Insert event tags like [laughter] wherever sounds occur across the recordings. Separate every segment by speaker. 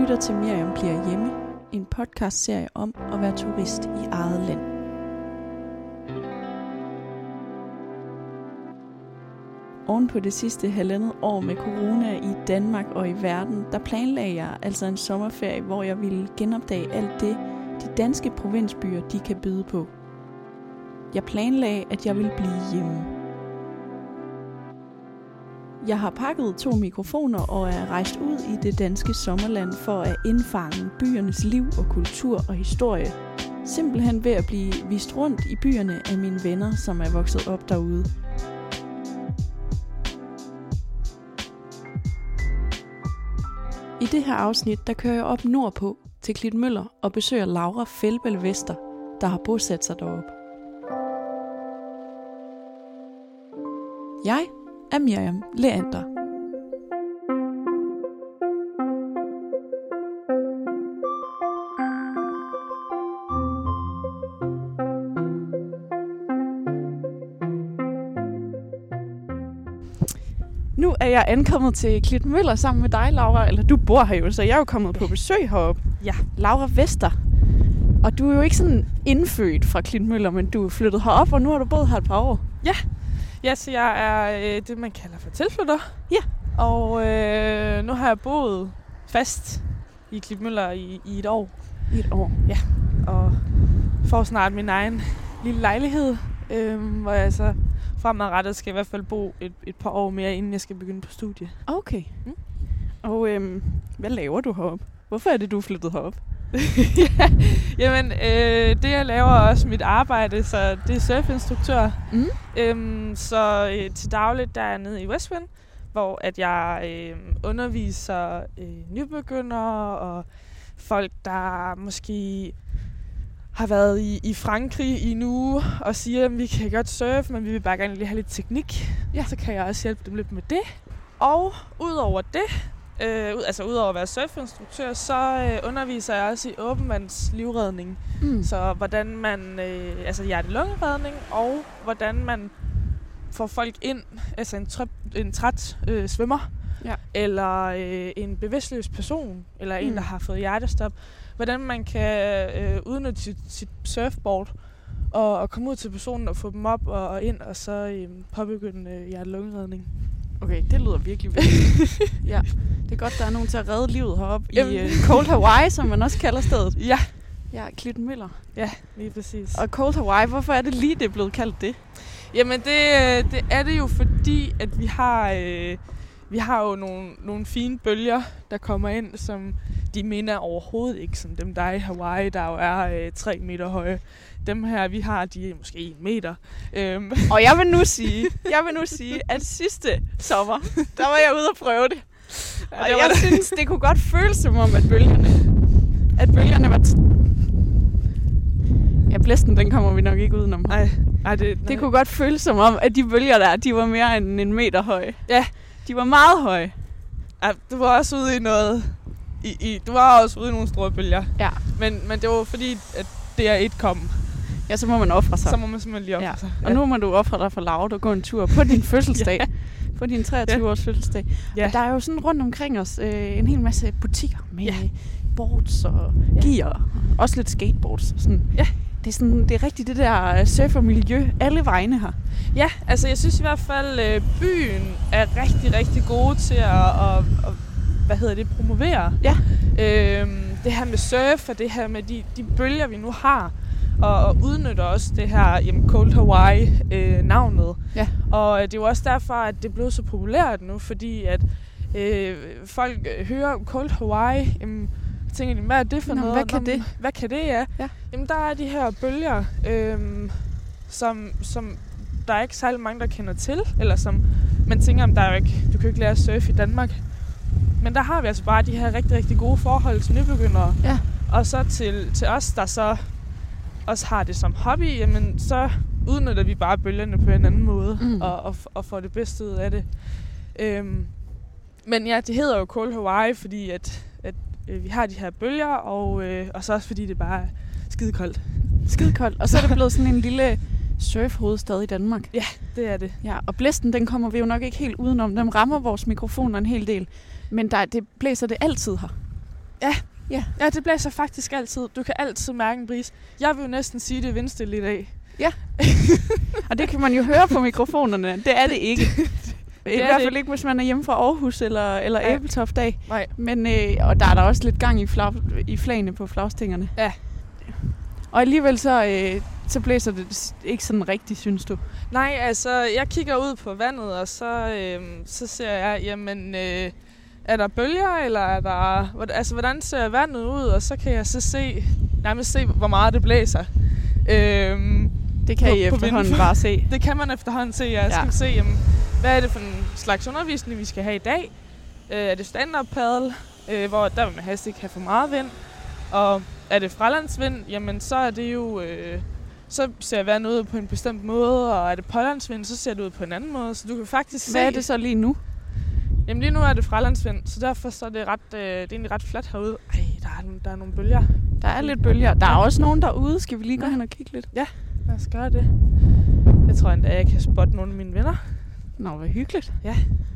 Speaker 1: lytter til Miriam bliver hjemme, en podcastserie om at være turist i eget land. Oven på det sidste halvandet år med corona i Danmark og i verden, der planlagde jeg altså en sommerferie, hvor jeg ville genopdage alt det, de danske provinsbyer de kan byde på. Jeg planlagde, at jeg ville blive hjemme. Jeg har pakket to mikrofoner og er rejst ud i det danske sommerland for at indfange byernes liv og kultur og historie. Simpelthen ved at blive vist rundt i byerne af mine venner, som er vokset op derude. I det her afsnit, der kører jeg op nordpå til Klitmøller og besøger Laura Felbel Vester, der har bosat sig deroppe. Jeg er Miriam Leander. Nu er jeg ankommet til Klitmøller sammen med dig, Laura. Eller du bor her jo, så jeg er jo kommet på besøg heroppe.
Speaker 2: Ja.
Speaker 1: Laura Vester. Og du er jo ikke sådan indfødt fra Klitmøller, men du er flyttet herop, og nu har du boet her et par år.
Speaker 2: Ja, så jeg er øh, det, man kalder for tilflytter.
Speaker 1: Ja.
Speaker 2: Og øh, nu har jeg boet fast i Klipmøller i, i et år,
Speaker 1: I et år.
Speaker 2: og får snart min egen lille lejlighed, øh, hvor jeg så fremadrettet skal i hvert fald bo et, et par år mere, inden jeg skal begynde på studie.
Speaker 1: Okay.
Speaker 2: Mm.
Speaker 1: Og øhm, hvad laver du heroppe? Hvorfor er det, du er flyttet herop?
Speaker 2: ja. Jamen, øh, det jeg laver er også mit arbejde, så det er surfinstruktør.
Speaker 1: Mm.
Speaker 2: Øhm, så øh, til dagligt der er jeg nede i Westwind, hvor at jeg øh, underviser øh, nybegyndere og folk, der måske har været i, i Frankrig i en uge og siger, at vi kan godt surfe, men vi vil bare gerne lige have lidt teknik.
Speaker 1: Ja.
Speaker 2: Så kan jeg også hjælpe dem lidt med det. Og udover det, øh, ud- altså udover at være surfinstruktør, så øh, underviser jeg også i åbenvandslivredning.
Speaker 1: Mm.
Speaker 2: Så hvordan man, øh, altså hjerte-lungeredning, og hvordan man får folk ind, altså en, trøp, en træt øh, svømmer,
Speaker 1: Ja.
Speaker 2: eller øh, en bevidstløs person, eller mm.
Speaker 1: Mm.
Speaker 2: en, der har fået hjertestop, hvordan man kan øh, udnytte sit, sit surfboard, og, og komme ud til personen og få dem op og, og ind, og så øh, påbegynde øh, hjerte-lungeredning.
Speaker 1: Okay, det lyder virkelig vildt. [laughs] ja. Det er godt, der er nogen til at redde livet heroppe
Speaker 2: Jamen.
Speaker 1: i øh, Cold Hawaii, som man også kalder stedet.
Speaker 2: Ja,
Speaker 1: Ja, Clinton Møller.
Speaker 2: lige præcis.
Speaker 1: Og Cold Hawaii, hvorfor er det lige, det er blevet kaldt det?
Speaker 2: Jamen det, øh, det er det jo fordi, at vi har, øh, vi har jo nogle, nogle fine bølger, der kommer ind, som de minder overhovedet ikke som dem, der er i Hawaii, der jo er øh, 3 meter høje. Dem her, vi har, de er måske 1 meter. Øhm, [laughs]
Speaker 1: Og jeg vil nu sige, jeg vil nu sige, at sidste sommer, der var jeg ude og prøve det.
Speaker 2: ja,
Speaker 1: Og
Speaker 2: det
Speaker 1: jeg
Speaker 2: var det.
Speaker 1: synes, det kunne godt føles som om, at bølgerne, at bølgerne var... T- ja, blæsten, den kommer vi nok ikke udenom.
Speaker 2: Ej, ej, det, nej.
Speaker 1: Det kunne godt føles som om, at de bølger der, de var mere end en meter høje.
Speaker 2: Ja.
Speaker 1: De var meget høje.
Speaker 2: ej, du var også ude i noget... I, i, du var også ude i nogle store bølger.
Speaker 1: Ja.
Speaker 2: Men, men det var fordi, at det er et kom.
Speaker 1: Ja, så må man ofre
Speaker 2: Så.
Speaker 1: sig.
Speaker 2: så må man simpelthen lige op.
Speaker 1: Ja.
Speaker 2: sig.
Speaker 1: Og nu må du ofre dig for Laura og gå en tur
Speaker 2: [laughs]
Speaker 1: på din fødselsdag. ja. På din 23-års fødselsdag.
Speaker 2: Ja.
Speaker 1: Og der er jo sådan rundt omkring os øh, en hel masse butikker med ja.
Speaker 2: Ja.
Speaker 1: boards og
Speaker 2: Ja.
Speaker 1: gear. Også lidt skateboards. Sådan.
Speaker 2: Ja.
Speaker 1: Det er, sådan, det er rigtigt det der øh, surfermiljø. Alle vegne her.
Speaker 2: Ja, altså jeg synes i hvert fald, øh, byen er rigtig, rigtig gode til at, at, at hvad hedder det, promovere.
Speaker 1: Ja.
Speaker 2: Øhm, det her med surf og det her med de, de bølger, vi nu har. Og, og udnytter også det her jamen, Cold Hawaii-navnet.
Speaker 1: Ja.
Speaker 2: Og øh, det er jo også derfor, at det er blevet så populært nu, fordi at øh, folk øh, hører om Cold Hawaii, jamen, så tænker de, hvad er det for
Speaker 1: Nå,
Speaker 2: noget?
Speaker 1: hvad kan
Speaker 2: men
Speaker 1: det?
Speaker 2: Hvad kan det, ja?
Speaker 1: Ja.
Speaker 2: Jamen, der er de her bølger, øh, som, som der er ikke særlig mange, der kender til, eller som man tænker, om der er jo ikke, du kan jo ikke lære at surfe i Danmark. Men der har vi altså bare de her rigtig, rigtig gode forhold til nybegyndere.
Speaker 1: Ja.
Speaker 2: Og så til, til os, der så også har det som hobby, jamen så udnytter vi bare bølgerne på en anden måde
Speaker 1: Mm.
Speaker 2: mm. og, og, f- og får det bedste ud af det. Øhm, men ja, det hedder jo Cold Hawaii, fordi at, at øh, vi har de her bølger, og, øh, og så også fordi det bare er skide koldt.
Speaker 1: Skidekoldt. Og så er det blevet sådan en lille surfhovedstad i Danmark.
Speaker 2: Det er det.
Speaker 1: Ja, og blæsten, den kommer vi jo nok ikke helt udenom. Den rammer vores mikrofoner en hel del. Men der, det blæser det altid her.
Speaker 2: Ja.
Speaker 1: Ja.
Speaker 2: ja, det blæser faktisk altid. Du kan altid mærke en bris. Jeg vil jo næsten sige, det er vindstille i dag.
Speaker 1: Og det kan man jo høre på mikrofonerne. Det er det ikke. I
Speaker 2: er
Speaker 1: hvert
Speaker 2: [laughs] det
Speaker 1: fald ikke, hvis man er hjemme fra Aarhus eller, eller
Speaker 2: Nej.
Speaker 1: Æbeltoft-dag.
Speaker 2: Nej.
Speaker 1: Men, øh, og der er der også lidt gang i, flag, i flagene på flagstængerne.
Speaker 2: Ja.
Speaker 1: Og alligevel så, øh, så blæser det s- ikke sådan rigtigt, synes du.
Speaker 2: Nej, altså, jeg kigger ud på vandet, og så, øh, så ser jeg, jamen, øh, er der bølger, eller er der... hvor- Altså, hvordan ser vandet ud? Og så kan jeg så se, nærmest se, hvor meget det blæser. Øh,
Speaker 1: Det kan
Speaker 2: På-
Speaker 1: I
Speaker 2: på
Speaker 1: efterhånden
Speaker 2: vinden.
Speaker 1: bare
Speaker 2: [laughs]
Speaker 1: se.
Speaker 2: det kan man efterhånden se. Jeg skal
Speaker 1: Ja.
Speaker 2: ja. se, jamen, hvad er det for en slags undervisning, vi skal have i dag? Øh, er det stand-up paddle, øh, hvor der vil man helst ikke have for meget vind? Og er det fralandsvind, jamen så er det jo... Øh, så ser vandet ud på en bestemt måde, og er det pålandsvind, så ser det ud på en anden måde. Så du kan faktisk
Speaker 1: Hvad
Speaker 2: se...
Speaker 1: er det så lige nu?
Speaker 2: Jamen lige nu er det fralandsvind, så derfor så er det, ret, øh, det er egentlig ret fladt herude. Ej, der er, nogle- der er nogle bølger.
Speaker 1: Der er lidt bølger. Der er også nogen derude. Skal vi lige gå
Speaker 2: Ja.
Speaker 1: hen og kigge lidt?
Speaker 2: Lad os gøre det. Jeg tror endda, jeg kan spotte nogle af mine venner.
Speaker 1: Nå, hvor hyggeligt.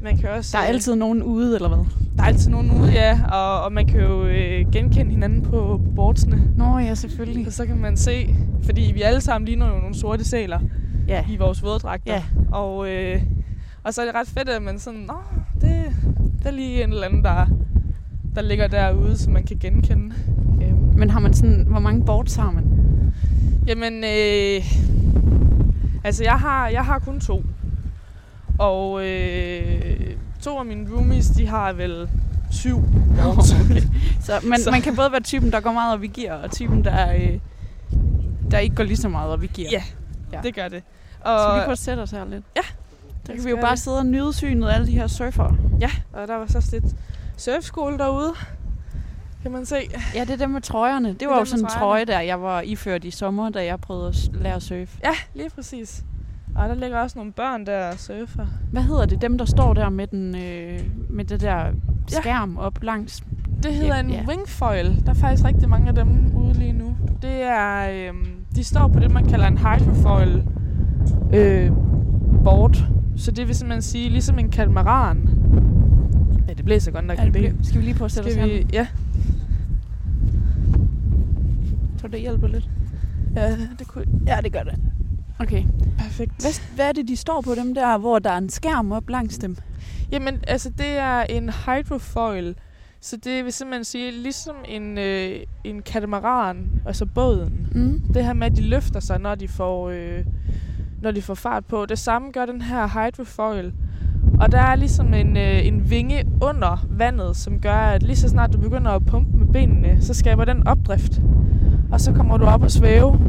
Speaker 2: Man kan også,
Speaker 1: Der er
Speaker 2: øh,
Speaker 1: altid nogen ude, eller hvad?
Speaker 2: Der er altid nogen ude, ja, og, og man kan jo øh, genkende hinanden på, på boardsene.
Speaker 1: Nå ja, selvfølgelig.
Speaker 2: Og så kan man se, fordi vi alle sammen ligner jo nogle sorte sæler
Speaker 1: Ja.
Speaker 2: i vores våddragter.
Speaker 1: Ja.
Speaker 2: Og, øh, og så er det ret fedt, at man sådan, Nå, det, der er lige en eller anden, der, der ligger derude, som man kan genkende. Øhm,
Speaker 1: Men har man sådan, hvor mange boards har man?
Speaker 2: Jamen, øh, altså jeg har, jeg har kun to. Og øh, to af mine roomies, de har vel syv.
Speaker 1: Okay. Så man, så.
Speaker 2: Så-
Speaker 1: man kan både være typen, der går meget op i gear, og typen, der, øh, der ikke går lige så meget op i gear.
Speaker 2: Ja,
Speaker 1: Ja.
Speaker 2: [laughs] Det gør det.
Speaker 1: Så
Speaker 2: Og,
Speaker 1: vi kunne sætte os her lidt.
Speaker 2: Ja.
Speaker 1: Der
Speaker 2: Lad
Speaker 1: kan
Speaker 2: os
Speaker 1: vi jo
Speaker 2: gøre
Speaker 1: bare
Speaker 2: det.
Speaker 1: sidde og nyde synet af alle de her surfere.
Speaker 2: og der var så også lidt surfskole derude, kan man se.
Speaker 1: Ja, det er dem med trøjerne. Det,
Speaker 2: er
Speaker 1: var jo
Speaker 2: dem
Speaker 1: sådan en
Speaker 2: med
Speaker 1: trøje,
Speaker 2: trøjerne.
Speaker 1: der jeg var iført i sommer, da jeg prøvede at s- lære at surfe.
Speaker 2: Ja, lige præcis. Og der ligger også nogle børn der og surfer.
Speaker 1: Hvad hedder det? Dem, der står der med, den, øh, med det der skærm op langs.
Speaker 2: Det hedder en
Speaker 1: Ja.
Speaker 2: wingfoil. Der er faktisk rigtig mange af dem ude lige nu. Det er, øhm, de står på det, man kalder en hydrofoil øh, board. Så det vil simpelthen sige, ligesom en katamaran. Ja, det blæser godt nok.
Speaker 1: Ja, det blev- Skal vi lige prøve at sætte os
Speaker 2: Skal vi,
Speaker 1: her?
Speaker 2: ja.
Speaker 1: Tror du, det hjælper lidt?
Speaker 2: ja, det kunne...
Speaker 1: Ja, det gør det. Okay.
Speaker 2: Perfekt.
Speaker 1: Hvad, hvad er det, de står på dem der, hvor der er en skærm op langs dem?
Speaker 2: Jamen, altså det er en hydrofoil. Så det vil simpelthen sige, ligesom en, øh, en katamaran, altså båden.
Speaker 1: Mm.
Speaker 2: Det her med, at de løfter sig, når de får, øh, når de får fart på. Det samme gør den her hydrofoil. Og der er ligesom en, øh, en vinge under vandet, som gør, at lige så snart du begynder at pumpe med benene, så skaber den opdrift. Og så kommer du op og svæve.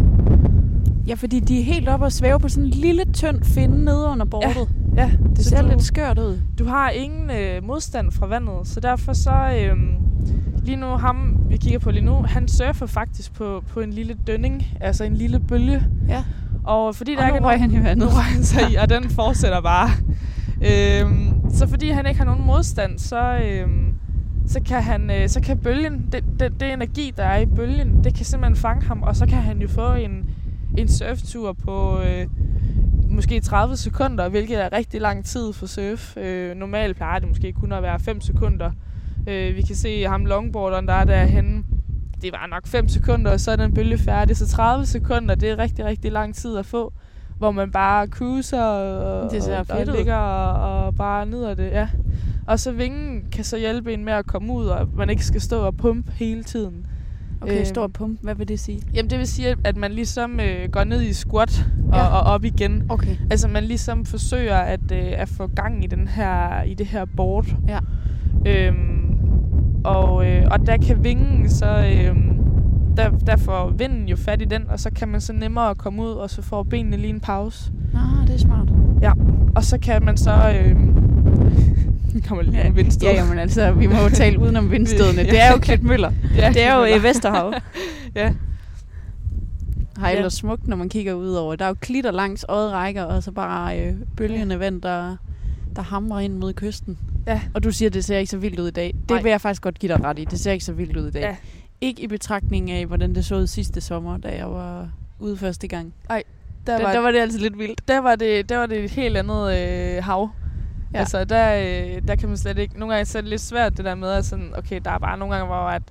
Speaker 1: Ja, fordi de er helt oppe og svæver på sådan en lille, tynd finde nede under bordet. Ja,
Speaker 2: Ja,
Speaker 1: det
Speaker 2: så
Speaker 1: ser
Speaker 2: du,
Speaker 1: lidt skørt ud.
Speaker 2: du har ingen øh, modstand fra vandet, så derfor så... Øh, lige nu, ham vi kigger på lige nu, han surfer faktisk på, på en lille dønning, altså en lille bølge.
Speaker 1: Ja.
Speaker 2: Og fordi der
Speaker 1: Og
Speaker 2: ikke er
Speaker 1: nu røg
Speaker 2: nogen-
Speaker 1: han i
Speaker 2: nu
Speaker 1: vandet.
Speaker 2: røg
Speaker 1: [laughs]
Speaker 2: han sig i, og den fortsætter bare. Øhm, så fordi han ikke har nogen modstand, så, øhm, så, kan, han, øh, så kan bølgen, det, det, det energi, der er i bølgen, det kan simpelthen fange ham, og så kan han jo få en, en surftur på øh, måske 30 sekunder, hvilket er rigtig lang tid for surf. Øh, normalt plejer det måske kun at være 5 sekunder. Øh, vi kan se ham longboarderen, der er derhenne. Det var nok 5 sekunder, og så er den bølge færdig. Så 30 sekunder, det er rigtig, rigtig lang tid at få hvor man bare cruiser og,
Speaker 1: Det ser
Speaker 2: og,
Speaker 1: fedt ud.
Speaker 2: og ligger og, og bare nyder det. Ja. Og så vingen kan så hjælpe en med at komme ud, og man ikke skal stå og pumpe hele tiden.
Speaker 1: Okay,
Speaker 2: Øhm.
Speaker 1: stor pump. Hvad vil det sige?
Speaker 2: Jamen det vil sige, at man ligesom øh, går ned i squat og,
Speaker 1: Ja.
Speaker 2: ja. og op igen.
Speaker 1: Okay.
Speaker 2: Altså man ligesom forsøger at, øh, at få gang i, den her, i det her board.
Speaker 1: Ja.
Speaker 2: Øhm, og, øh, og der kan vingen så... Øhm, der, der får vinden jo fat i den, og så kan man så nemmere komme ud, og så får benene lige en pause.
Speaker 1: Ah, det er smart.
Speaker 2: Og så kan man så... [laughs] Øh... kommer lige med vindstød.
Speaker 1: Ja, jamen altså, vi
Speaker 2: [laughs]
Speaker 1: må jo tale udenom vindstødene. Det er jo Klitmøller.
Speaker 2: ja,
Speaker 1: Det er jo øh, i Vesterhav.
Speaker 2: [laughs] Ja.
Speaker 1: Har
Speaker 2: Ja.
Speaker 1: ellers smukt, når man kigger ud over. Der er jo klitter langs øjerækker, og så bare øh, bølgende vand, der, der hamrer ind mod kysten.
Speaker 2: Ja.
Speaker 1: Og du siger, at det ser ikke så vildt ud i dag. Det
Speaker 2: Nej.
Speaker 1: vil jeg faktisk godt give dig ret i. Det ser ikke så vildt ud i dag.
Speaker 2: Ja.
Speaker 1: Ikke i betragtning af, hvordan det så ud sidste sommer, da jeg var ude første gang.
Speaker 2: Der,
Speaker 1: Der,
Speaker 2: var,
Speaker 1: der var det altså lidt vildt.
Speaker 2: der, var det, der var det et helt andet øh, hav.
Speaker 1: Ja.
Speaker 2: Ja. Altså, der, øh, der kan man slet ikke... Nogle gange så er det lidt svært, det der med, at sådan, okay, der er bare nogle gange, hvor at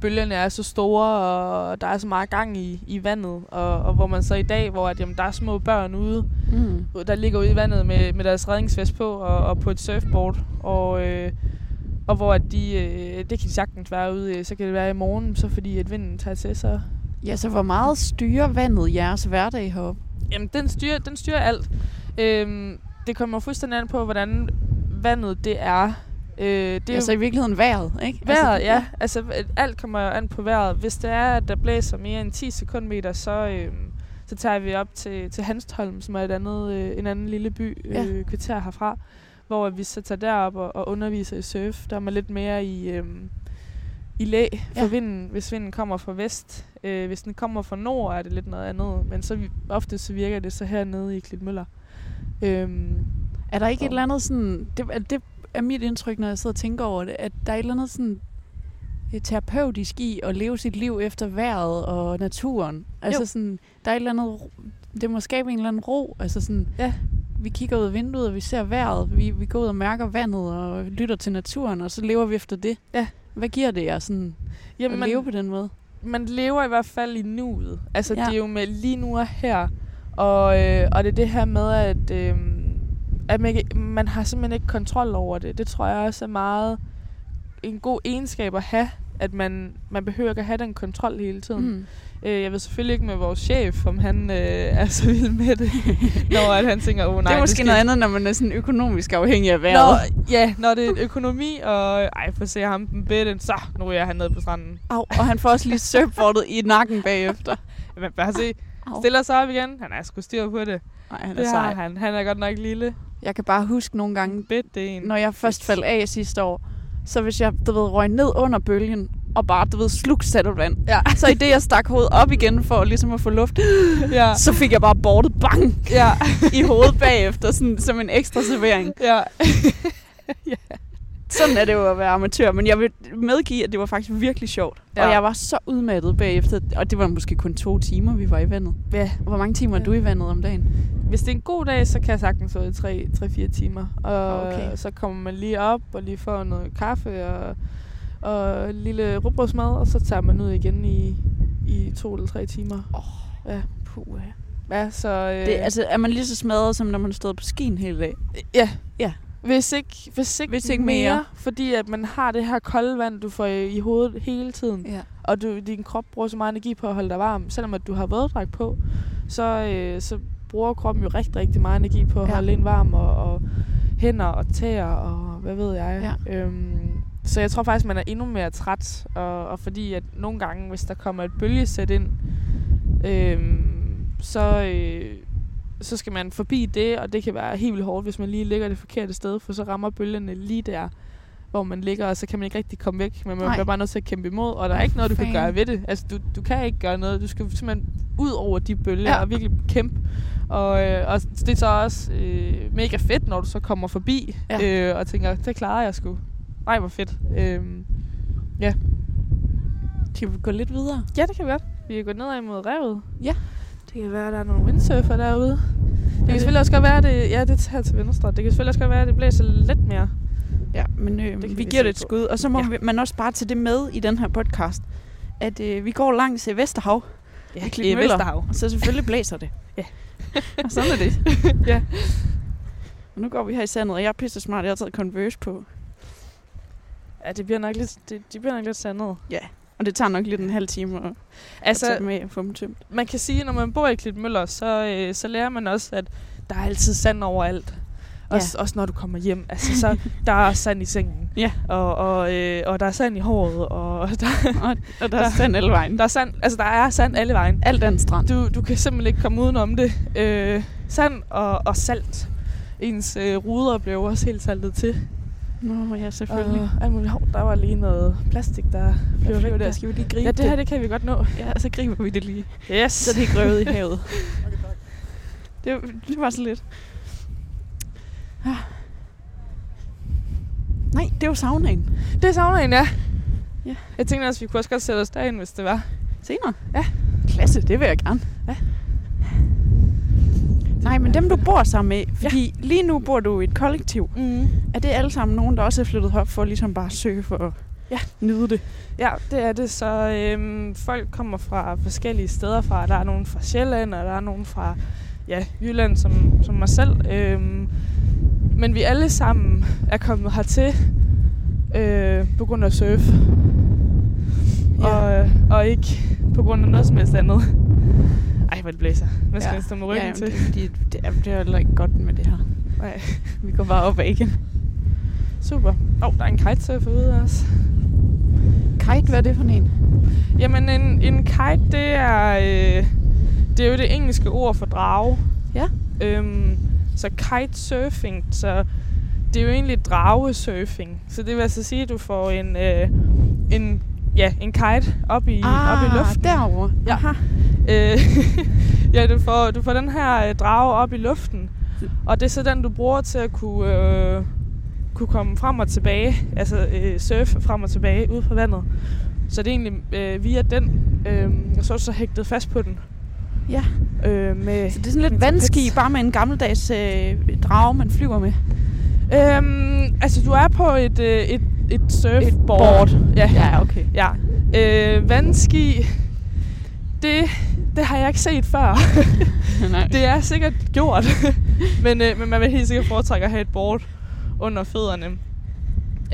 Speaker 2: bølgerne er så store, og der er så meget gang i, i vandet. Og, og hvor man så i dag, hvor at, jamen, der er små børn ude,
Speaker 1: Mm.
Speaker 2: der ligger ude i vandet med, med deres redningsvest på og, og på et surfboard. Og, øh, og hvor at de, øh, det kan de sagtens være ude, i. så kan det være i morgen, så fordi at vinden tager til, så...
Speaker 1: Ja, så hvor meget styrer vandet jeres hverdag heroppe?
Speaker 2: Jamen, den styrer, den styrer alt. Øhm, det kommer fuldstændig an på, hvordan vandet det er. Øh, det
Speaker 1: Det
Speaker 2: er
Speaker 1: er altså i virkeligheden vejret, ikke?
Speaker 2: Vejret,
Speaker 1: altså,
Speaker 2: ja. Altså, alt kommer jo an på vejret. Hvis det er, at der blæser mere end 10 sekundmeter, så, øhm, så tager vi op til, til Hanstholm, som er et andet, øh, en anden lille by, øh,
Speaker 1: Ja.
Speaker 2: kvarter herfra, hvor vi så tager derop og, og underviser i surf. Der er man lidt mere i, øhm, i læ for
Speaker 1: Ja.
Speaker 2: ja. vinden, hvis vinden kommer fra vest. Øh, hvis den kommer fra nord, er det lidt noget andet, men så vi, ofte så virker det så hernede i Klitmøller. Øhm,
Speaker 1: Er der ikke et eller andet sådan... Det, er- det er mit indtryk, når jeg sidder og tænker over det, at der er et eller andet sådan øh, terapeutisk i at leve sit liv efter vejret og naturen. Altså
Speaker 2: Jo.
Speaker 1: sådan, der er et eller andet... ro- Det må skabe en eller anden ro. Altså sådan,
Speaker 2: Ja.
Speaker 1: vi kigger ud af vinduet, og vi ser vejret. Vi, vi går ud og mærker vandet og lytter til naturen, og så lever vi efter det.
Speaker 2: Ja.
Speaker 1: Hvad giver det jer sådan, at leve på den måde?
Speaker 2: man lever i hvert fald i nuet. Altså,
Speaker 1: Ja.
Speaker 2: ja. det er jo med lige nu og her. Og, øh, og det er det her med, at, øh, at man, ikke- man har simpelthen ikke kontrol over det. Det tror jeg også er meget en god egenskab at have, at man, man behøver ikke at have den kontrol hele tiden. Mm. Øh, jeg ved selvfølgelig ikke med vores chef, om han øh, er så vild
Speaker 1: [laughs]
Speaker 2: med det, når at han tænker, åh oh, nej,
Speaker 1: det er måske
Speaker 2: skal
Speaker 1: noget andet, når man er sådan økonomisk afhængig af vejret.
Speaker 2: Nå, ja, når det er økonomi, og øh, ej, for se ham den bedre, så nu er jeg hernede på stranden.
Speaker 1: Au, og han får også lige surfboardet i nakken bagefter.
Speaker 2: Men bare se,
Speaker 1: Au.
Speaker 2: stiller sig op igen. Han er sgu styr på det.
Speaker 1: [laughs] Nej, han er
Speaker 2: Det har
Speaker 1: sej.
Speaker 2: han. Han er godt nok lille.
Speaker 1: Jeg kan bare huske nogle gange,
Speaker 2: Bedt det en.
Speaker 1: når jeg først faldt af sidste år, så hvis jeg, du ved, røg ned under bølgen, og bare, du ved, slugte sattelvand.
Speaker 2: Ja.
Speaker 1: [laughs] Så i det, jeg stak hovedet op igen for ligesom at få luft,
Speaker 2: Ja,
Speaker 1: så fik jeg bare bortet bang
Speaker 2: ja, [laughs]
Speaker 1: i hovedet bagefter, sådan, som en ekstra servering.
Speaker 2: ja.
Speaker 1: Sådan er det jo at være amatør, men jeg vil medgive, at det var faktisk virkelig sjovt. Ja.
Speaker 2: Ja.
Speaker 1: Og jeg var så udmattet bagefter, og det var måske kun to timer, vi var i vandet.
Speaker 2: ja.
Speaker 1: Hvor mange timer er du i vandet om dagen?
Speaker 2: Hvis det er en god dag, så kan jeg sagtens være i 3-4 timer. Og
Speaker 1: Okay.
Speaker 2: okay. så kommer man lige op og lige får noget kaffe og, og en lille rugbrødsmad, og så tager man ud igen i, i to eller tre timer.
Speaker 1: Puh, ja.
Speaker 2: Ja, så... Øh,
Speaker 1: Det, altså, er man lige så smadret, som når man stod på skien hele dag?
Speaker 2: Ja.
Speaker 1: Ja.
Speaker 2: Hvis ikke, hvis ikke,
Speaker 1: Hvis ikke mere.
Speaker 2: Fordi at man har det her kolde vand, du får i, i hovedet hele tiden.
Speaker 1: Ja.
Speaker 2: og du, din krop bruger så meget energi på at holde dig varm, selvom at du har våddragt på, så, øh, så bruger kroppen jo rigtig, rigtig meget energi på at
Speaker 1: Ja.
Speaker 2: ja. holde en varm, og, og hænder og tæer, og hvad ved jeg. Ja. Øhm, så jeg tror faktisk, man er endnu mere træt, og, og fordi at nogle gange, hvis der kommer et bølgesæt ind, øhm, så, øh, så skal man forbi det, og det kan være helt vildt hårdt, hvis man lige ligger det forkerte sted, for så rammer bølgerne lige der, hvor man ligger, og så kan man ikke rigtig komme væk, men man
Speaker 1: Nej.
Speaker 2: bliver bare nødt til at kæmpe imod, og der er ikke noget, du
Speaker 1: Fan.
Speaker 2: kan gøre ved det. Altså, du, du kan ikke gøre noget. Du skal simpelthen ud over de bølger
Speaker 1: Ja.
Speaker 2: ja. og virkelig kæmpe. Og, øh, og det er så også øh, mega fedt, når du så kommer forbi
Speaker 1: Ja.
Speaker 2: ja. øh, og tænker, det klarer jeg sgu. Nej, hvor fedt. Øh,
Speaker 1: Skal vi gå lidt videre?
Speaker 2: ja, det kan vi godt. Vi kan gå nedad imod revet.
Speaker 1: Ja.
Speaker 2: Det kan være, at der er nogle windsurfer derude. Det
Speaker 1: det-
Speaker 2: kan selvfølgelig også godt være, at det, ja, det tager til venstre. Det kan selvfølgelig også godt være, at det blæser lidt mere.
Speaker 1: Ja, men øh,
Speaker 2: kan
Speaker 1: vi, vi
Speaker 2: vi
Speaker 1: giver det
Speaker 2: se
Speaker 1: et
Speaker 2: på.
Speaker 1: skud. Og så må
Speaker 2: Ja.
Speaker 1: ja. man også bare tage det med i den her podcast, at øh, vi går langs øh, Vesterhav,
Speaker 2: Ja,
Speaker 1: Klitmøller. og så selvfølgelig blæser det.
Speaker 2: Ja.
Speaker 1: [laughs] og sådan er det.
Speaker 2: [laughs] Ja.
Speaker 1: Og nu går vi her i sandet, og jeg er pisse smart. Jeg har taget Converse på.
Speaker 2: Ja, det bliver nok lidt, det, det bliver nok lidt sandet.
Speaker 1: Og det tager nok lidt en halv time at, altså, at tage dem af og få dem tømt.
Speaker 2: man kan sige, at når man bor i Klitmøller, så, øh, så lærer man også, at der er altid sand overalt. Også, ja. også når du kommer hjem. Altså,
Speaker 1: [laughs]
Speaker 2: så, der er sand i sengen.
Speaker 1: Ja.
Speaker 2: Og, og, øh, og der er sand i håret. Og [laughs] der,
Speaker 1: Og, og der er sand alle vejen.
Speaker 2: der, er sand, altså, der er sand alle vejen.
Speaker 1: Alt er en strand.
Speaker 2: Du, du kan simpelthen ikke komme udenom det. Øh, sand og, og salt. Ens øh, ruder blev jo også helt saltet til.
Speaker 1: Nå, ja, selvfølgelig.
Speaker 2: Og alt muligt. Hov, der var lige noget plastik, der flyver væk der.
Speaker 1: skal vi lige gribe
Speaker 2: Ja, det her det kan vi godt nå.
Speaker 1: Ja, så griber vi det lige.
Speaker 2: Yes.
Speaker 1: så det er grøvet
Speaker 2: [laughs]
Speaker 1: i havet. Det, det var så lidt. Ah. Nej, det var saunaen.
Speaker 2: Det savner en, ja.
Speaker 1: Ja.
Speaker 2: Jeg tænkte også, vi kunne også godt sætte os derind, hvis det var.
Speaker 1: Senere?
Speaker 2: Ja.
Speaker 1: Klasse, det vil jeg gerne.
Speaker 2: Ja.
Speaker 1: Nej, men dem du bor sammen med, fordi ja. lige nu bor du i et kollektiv.
Speaker 2: Mm.
Speaker 1: Er det alle sammen nogen, der også er flyttet herop for ligesom bare at søge for at
Speaker 2: Ja.
Speaker 1: nyde det?
Speaker 2: Ja, det er det. Så øhm, folk kommer fra forskellige steder fra. Der er nogen fra Sjælland, og der er nogen fra ja, Jylland, som, som mig selv. Øhm, men vi alle sammen er kommet hertil øh, på grund af surf. Ja. Og, og ikke på grund af noget som helst andet. Ej, hvor det blæser. Hvad skal
Speaker 1: Ja.
Speaker 2: ja. jeg stå med ryggen ja,
Speaker 1: jamen,
Speaker 2: til?
Speaker 1: det, er fordi, det, er, det er heller ikke godt med det her.
Speaker 2: Nej.
Speaker 1: Vi går bare op ad igen.
Speaker 2: Super. Åh, oh, der er en kitesurfer ude også.
Speaker 1: Kite, hvad er det for en?
Speaker 2: Jamen, en, en kite, det er, øh, det er jo det engelske ord for drage.
Speaker 1: Ja.
Speaker 2: Øhm, så kitesurfing, så det er jo egentlig dragesurfing. Så det vil altså sige, at du får en, øh, en, ja, en kite op i,
Speaker 1: Ah,
Speaker 2: op i luften.
Speaker 1: derovre.
Speaker 2: Ja.
Speaker 1: Aha.
Speaker 2: Øh, [laughs] ja, du får, du får den her øh, drage op i luften, og det er så den, du bruger til at kunne, øh, kunne komme frem og tilbage, altså øh, surfe frem og tilbage ude på vandet. Så det er egentlig øh, via den, øh, og så er du så hægtet fast på den.
Speaker 1: Ja.
Speaker 2: Øh, med,
Speaker 1: Så det er sådan lidt
Speaker 2: Med
Speaker 1: vandski,
Speaker 2: tapet.
Speaker 1: bare med en gammeldags øh, drage, man flyver med.
Speaker 2: øh, altså, du er på et, øh, et, et surfboard. Ja.
Speaker 1: okay.
Speaker 2: ja. Øh, vandski, det, det har jeg ikke set før.
Speaker 1: [laughs]
Speaker 2: [laughs]
Speaker 1: Nej.
Speaker 2: Det er sikkert gjort, [laughs] men, øh, men man vil helt sikkert foretrække at have et board under fødderne.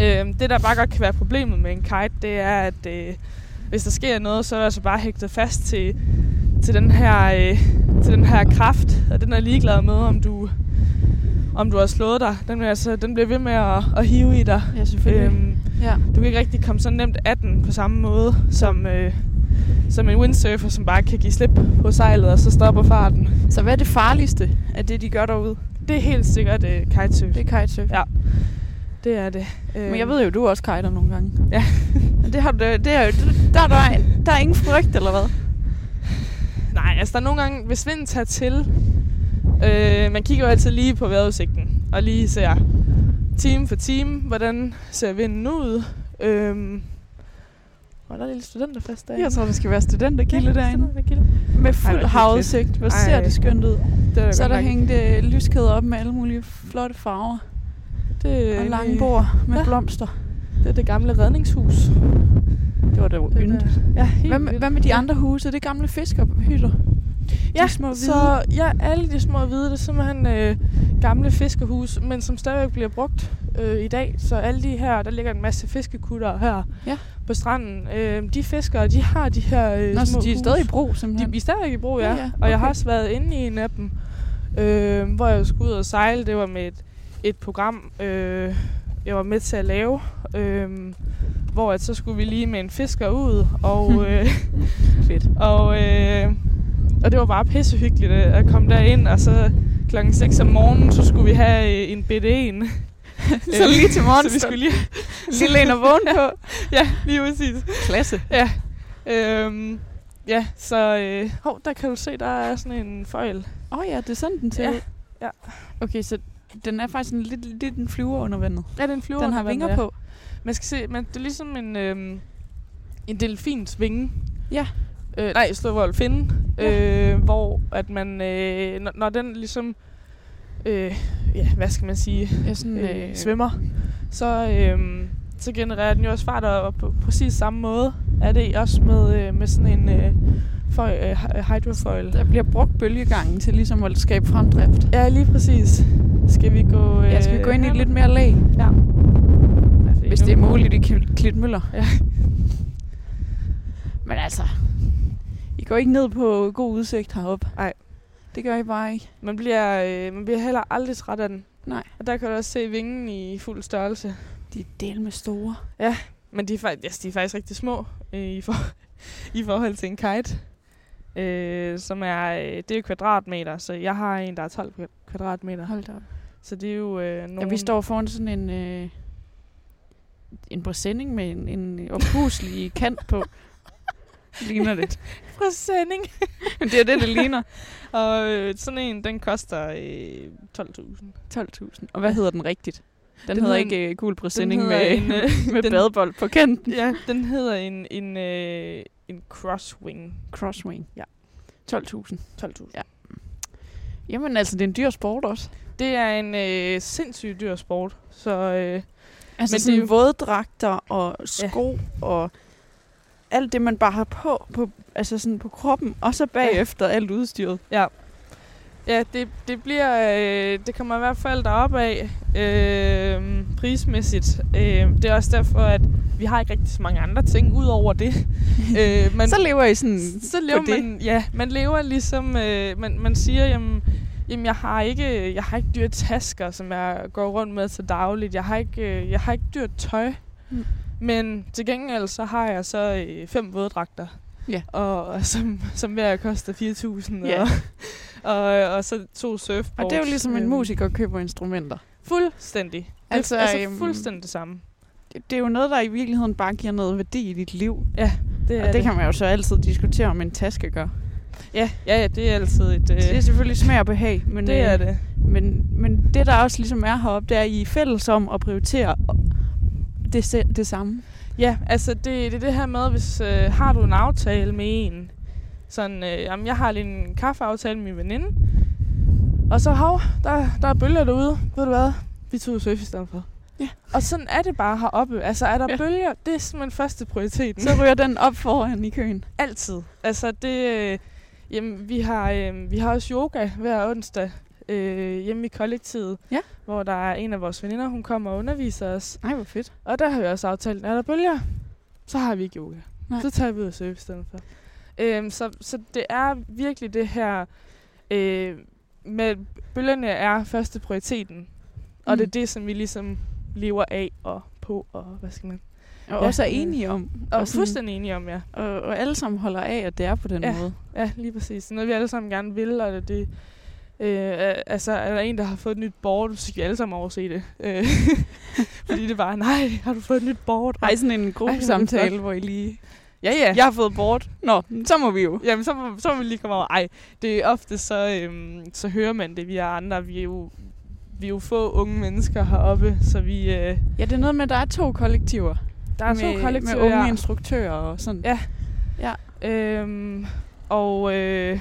Speaker 2: Øh, det, der bare godt kan være problemet med en kite, det er, at øh, hvis der sker noget, så er du altså bare hægtet fast til, til, den her, øh, til den her kraft, og den er ligeglad med, om du, om du har slået dig. Den, vil altså, den bliver ved med at, at hive i dig.
Speaker 1: Ja, selvfølgelig. Øhm, ja.
Speaker 2: du kan ikke rigtig komme så nemt af den på samme måde, som, øh, som en windsurfer, som bare kan give slip på sejlet, og så stopper farten.
Speaker 1: Så hvad er det farligste af det, de gør derude?
Speaker 2: Det er helt sikkert øh, kitesurf.
Speaker 1: Det er kitesurf.
Speaker 2: Ja. Det er det. Øh,
Speaker 1: Men jeg ved jo, du også kiter nogle gange.
Speaker 2: Ja.
Speaker 1: [laughs] Men det har du, det er jo, der, er der, der er ingen frygt, eller hvad?
Speaker 2: Nej, altså der er nogle gange, hvis vinden tager til, øh, man kigger jo altid lige på vejrudsigten, og lige ser time for time, hvordan ser vinden ud. Øh, var der en lille studenterfest derinde?
Speaker 1: Jeg tror, det skal være studentergilde derinde.
Speaker 2: Studentergilde.
Speaker 1: Med
Speaker 2: hvor
Speaker 1: fuld
Speaker 2: hyggeligt.
Speaker 1: havudsigt. Hvor ser
Speaker 2: Ej.
Speaker 1: det skønt ud.
Speaker 2: Det er
Speaker 1: Så er
Speaker 2: godt
Speaker 1: der
Speaker 2: nok-
Speaker 1: hængt øh, lyskæder op med alle mulige flotte farver.
Speaker 2: det, er
Speaker 1: Og lange
Speaker 2: egentlig-
Speaker 1: bord med
Speaker 2: Ja.
Speaker 1: blomster.
Speaker 2: Det er det gamle redningshus.
Speaker 1: Det var da jo
Speaker 2: Det
Speaker 1: yndigt.
Speaker 2: der- Ja, helt
Speaker 1: Hvad, med-
Speaker 2: vildt.
Speaker 1: hvad med de andre huse? Er Det er gamle fiskerhytter.
Speaker 2: Ja,
Speaker 1: små hvide?
Speaker 2: så ja, alle de små hvide, det er simpelthen øh, gamle fiskerhus, men som stadigvæk bliver brugt øh, i dag. Så alle de her, der ligger en masse fiskekutter her
Speaker 1: Ja.
Speaker 2: på stranden. Øh, de fiskere, de har de her øh,
Speaker 1: Nå, så
Speaker 2: små
Speaker 1: de er
Speaker 2: hus.
Speaker 1: stadig i brug,
Speaker 2: De
Speaker 1: simpelthen.
Speaker 2: de er stadigvæk i brug, ja.
Speaker 1: Ja,
Speaker 2: ja,
Speaker 1: ja,
Speaker 2: ja. Og jeg har
Speaker 1: okay.
Speaker 2: også været inde i en af dem, øh, hvor jeg skulle ud og sejle. Det var med et, et program, øh, jeg var med til at lave, øh, hvor at så skulle vi lige med en fisker ud,
Speaker 1: [laughs]
Speaker 2: og, øh,
Speaker 1: Fedt.
Speaker 2: og, øh, og det var bare pissehyggeligt øh, at komme derind, og så klokken 6 om morgenen, så skulle vi have øh, en bitte en.
Speaker 1: [laughs] [laughs] Så lige til morgen
Speaker 2: [laughs] så vi skulle lige,
Speaker 1: Lille en at [laughs] vågne på.
Speaker 2: ja, lige præcis.
Speaker 1: Klasse.
Speaker 2: Ja. Øhm, ja, så øh, hov, der kan du se, der er sådan en foil.
Speaker 1: Åh oh ja, det er sådan, den ser
Speaker 2: Ja,
Speaker 1: ud.
Speaker 2: ja.
Speaker 1: Okay, så den er faktisk en lidt, lidt en flyver under vandet.
Speaker 2: Ja, den flyver.
Speaker 1: den har
Speaker 2: under
Speaker 1: vinger
Speaker 2: vandet, ja.
Speaker 1: på.
Speaker 2: Man skal se, men det er ligesom en, øhm, en delfins vinge.
Speaker 1: Ja.
Speaker 2: Øh, nej, slåvold finde. Ja. Øh, hvor at man, øh, når, når den ligesom, øh, ja, hvad skal man sige,
Speaker 1: Ja, sådan,
Speaker 2: øh, svømmer, så, øh, så genererer den jo også fart, og på præcis samme måde er det også med, øh, med sådan en øh, foil, øh, hy- hydrofoil.
Speaker 1: Der bliver brugt bølgegangen til ligesom at skabe fremdrift.
Speaker 2: Ja, lige præcis. Skal vi gå...
Speaker 1: Øh, ja, skal vi gå ind i lidt mere lag,
Speaker 2: Altså,
Speaker 1: hvis det er muligt i Kl- Klitmøller.
Speaker 2: Ja.
Speaker 1: Men altså, I går ikke ned på god udsigt heroppe.
Speaker 2: Nej.
Speaker 1: Det gør I bare ikke.
Speaker 2: Man bliver, øh, man bliver heller aldrig træt af den.
Speaker 1: Nej.
Speaker 2: Og der kan du også se vingen i fuld størrelse.
Speaker 1: De er del med store.
Speaker 2: Men de er, fakt- altså, de er faktisk rigtig små øh, i, for, [laughs] i forhold til en kite. Øh, som er, øh, det er jo kvadratmeter, så jeg har en, der er 12 kva- kvadratmeter.
Speaker 1: Hold da op.
Speaker 2: Så det er jo øh, nogle...
Speaker 1: Ja, vi står foran sådan en... Øh, en præsending med en, en oppuslig kant på. Ligner [laughs] det.
Speaker 2: på sending.
Speaker 1: Men [laughs] det er det, det ligner.
Speaker 2: Og øh, sådan en, den koster øh, 12.000.
Speaker 1: 12.000. Og hvad hedder den rigtigt? Den, den
Speaker 2: Den
Speaker 1: hedder
Speaker 2: hedder
Speaker 1: ikke uh, gul præsending
Speaker 2: hedder
Speaker 1: med,
Speaker 2: en,
Speaker 1: [laughs]
Speaker 2: øh,
Speaker 1: med
Speaker 2: den-
Speaker 1: badebold på kanten.
Speaker 2: [laughs] Ja, den hedder en, en, øh, en crosswing.
Speaker 1: Crosswing.
Speaker 2: Ja.
Speaker 1: 12.000.
Speaker 2: 12.000.
Speaker 1: Ja. Jamen altså, det er en dyr sport også.
Speaker 2: Det er en øh, sindssygt dyr sport, så øh,
Speaker 1: Altså Men
Speaker 2: Men
Speaker 1: sådan
Speaker 2: det er jo-
Speaker 1: det... våddragter og sko ja. og alt det, man bare har på, på, altså sådan på kroppen, og så bagefter ja. alt udstyret.
Speaker 2: ja, det, det bliver, øh, det kommer i hvert fald derop af øh, prismæssigt. Øh, det er også derfor, at vi har ikke rigtig så mange andre ting ud over [laughs] det. øh,
Speaker 1: Men... Så lever I sådan...
Speaker 2: så lever
Speaker 1: det.
Speaker 2: man, ja, man lever ligesom, øh, man, man siger, jamen, jamen jeg, har ikke, jeg har ikke dyre tasker, som jeg går rundt med til dagligt. Jeg har ikke, øh, jeg har ikke dyrt tøj.
Speaker 1: Mm.
Speaker 2: Mm. Men til gengæld så har jeg så øh, fem våddragter.
Speaker 1: Ja.
Speaker 2: Og, og som, som hver koster 4.000.
Speaker 1: Ja.
Speaker 2: Og, og, og så to surfboards.
Speaker 1: Og det er jo ligesom en
Speaker 2: Øhm,
Speaker 1: musiker køber instrumenter.
Speaker 2: Fuldstændig.
Speaker 1: Altså,
Speaker 2: Altså, det, altså
Speaker 1: øhm,
Speaker 2: fuldstændig det samme.
Speaker 1: Det, det er jo noget, der i virkeligheden bare giver noget værdi i dit liv.
Speaker 2: Det
Speaker 1: Ja, og det, det kan man jo så altid diskutere, om en taske gør.
Speaker 2: Ja, ja, ja, det er altid et... Øh,
Speaker 1: Øh. Det er selvfølgelig smag og behag, men,
Speaker 2: det er
Speaker 1: øh,
Speaker 2: det.
Speaker 1: Men, men det, der også ligesom er heroppe, det er, at I er fælles om at prioritere det, se- det samme.
Speaker 2: Ja, altså det, det er det her med, hvis øh, har du en aftale med en, sådan, øh, jamen jeg har lige en kaffeaftale med min veninde, og så hov, der, der er bølger derude, ved du hvad, vi tog surf i stedet for.
Speaker 1: Ja.
Speaker 2: Og sådan er det bare heroppe, altså er der
Speaker 1: Ja.
Speaker 2: ja. bølger, det er simpelthen første
Speaker 1: [laughs]
Speaker 2: prioriteten.
Speaker 1: Så ryger den op foran i køen.
Speaker 2: Altid. Altså det, øh, jamen, vi har, øh, vi har også yoga hver onsdag øh, hjemme i kollektivet,
Speaker 1: Ja.
Speaker 2: hvor der er en af vores veninder, hun kommer og underviser os.
Speaker 1: Nej, hvor fedt.
Speaker 2: Og der har vi også aftalt, er der bølger, så har vi ikke yoga.
Speaker 1: Nej.
Speaker 2: Nej. Så tager vi ud og surfe i stedet for. Øhm, så, så det er virkelig det her øh, med, bølgerne er første prioriteten. Mm. Og det er det, som vi ligesom lever af og på, og hvad skal man...
Speaker 1: Og ja.
Speaker 2: Ja.
Speaker 1: også er enige om.
Speaker 2: Og, og
Speaker 1: sådan-
Speaker 2: fuldstændig enige om, ja.
Speaker 1: Og, og alle sammen holder af, at det er på den ja.
Speaker 2: Ja.
Speaker 1: måde.
Speaker 2: Ja, lige præcis. Det er Noget, vi alle sammen gerne vil, og det, er det øh, altså, er der en, der har fået et nyt board, så skal vi alle sammen overse det. Øh, [laughs] fordi det var, nej, har du fået et nyt board?
Speaker 1: Ej, sådan en
Speaker 2: Ej, hvor er det
Speaker 1: gruppesamtale,
Speaker 2: flot.
Speaker 1: hvor I lige...
Speaker 2: Ja, ja.
Speaker 1: Jeg har fået bort. Nå, så må vi jo.
Speaker 2: Jamen, så, må- så må vi lige komme over. Ej, det er ofte så, øhm, så hører man det, vi er andre. Vi er jo, vi er jo få unge mennesker heroppe, så vi... Øh,
Speaker 1: Ja, det er noget med, at der er to kollektiver.
Speaker 2: der er
Speaker 1: med,
Speaker 2: to kollektiver.
Speaker 1: Med unge instruktører og sådan.
Speaker 2: Ja. Øhm, og, øh,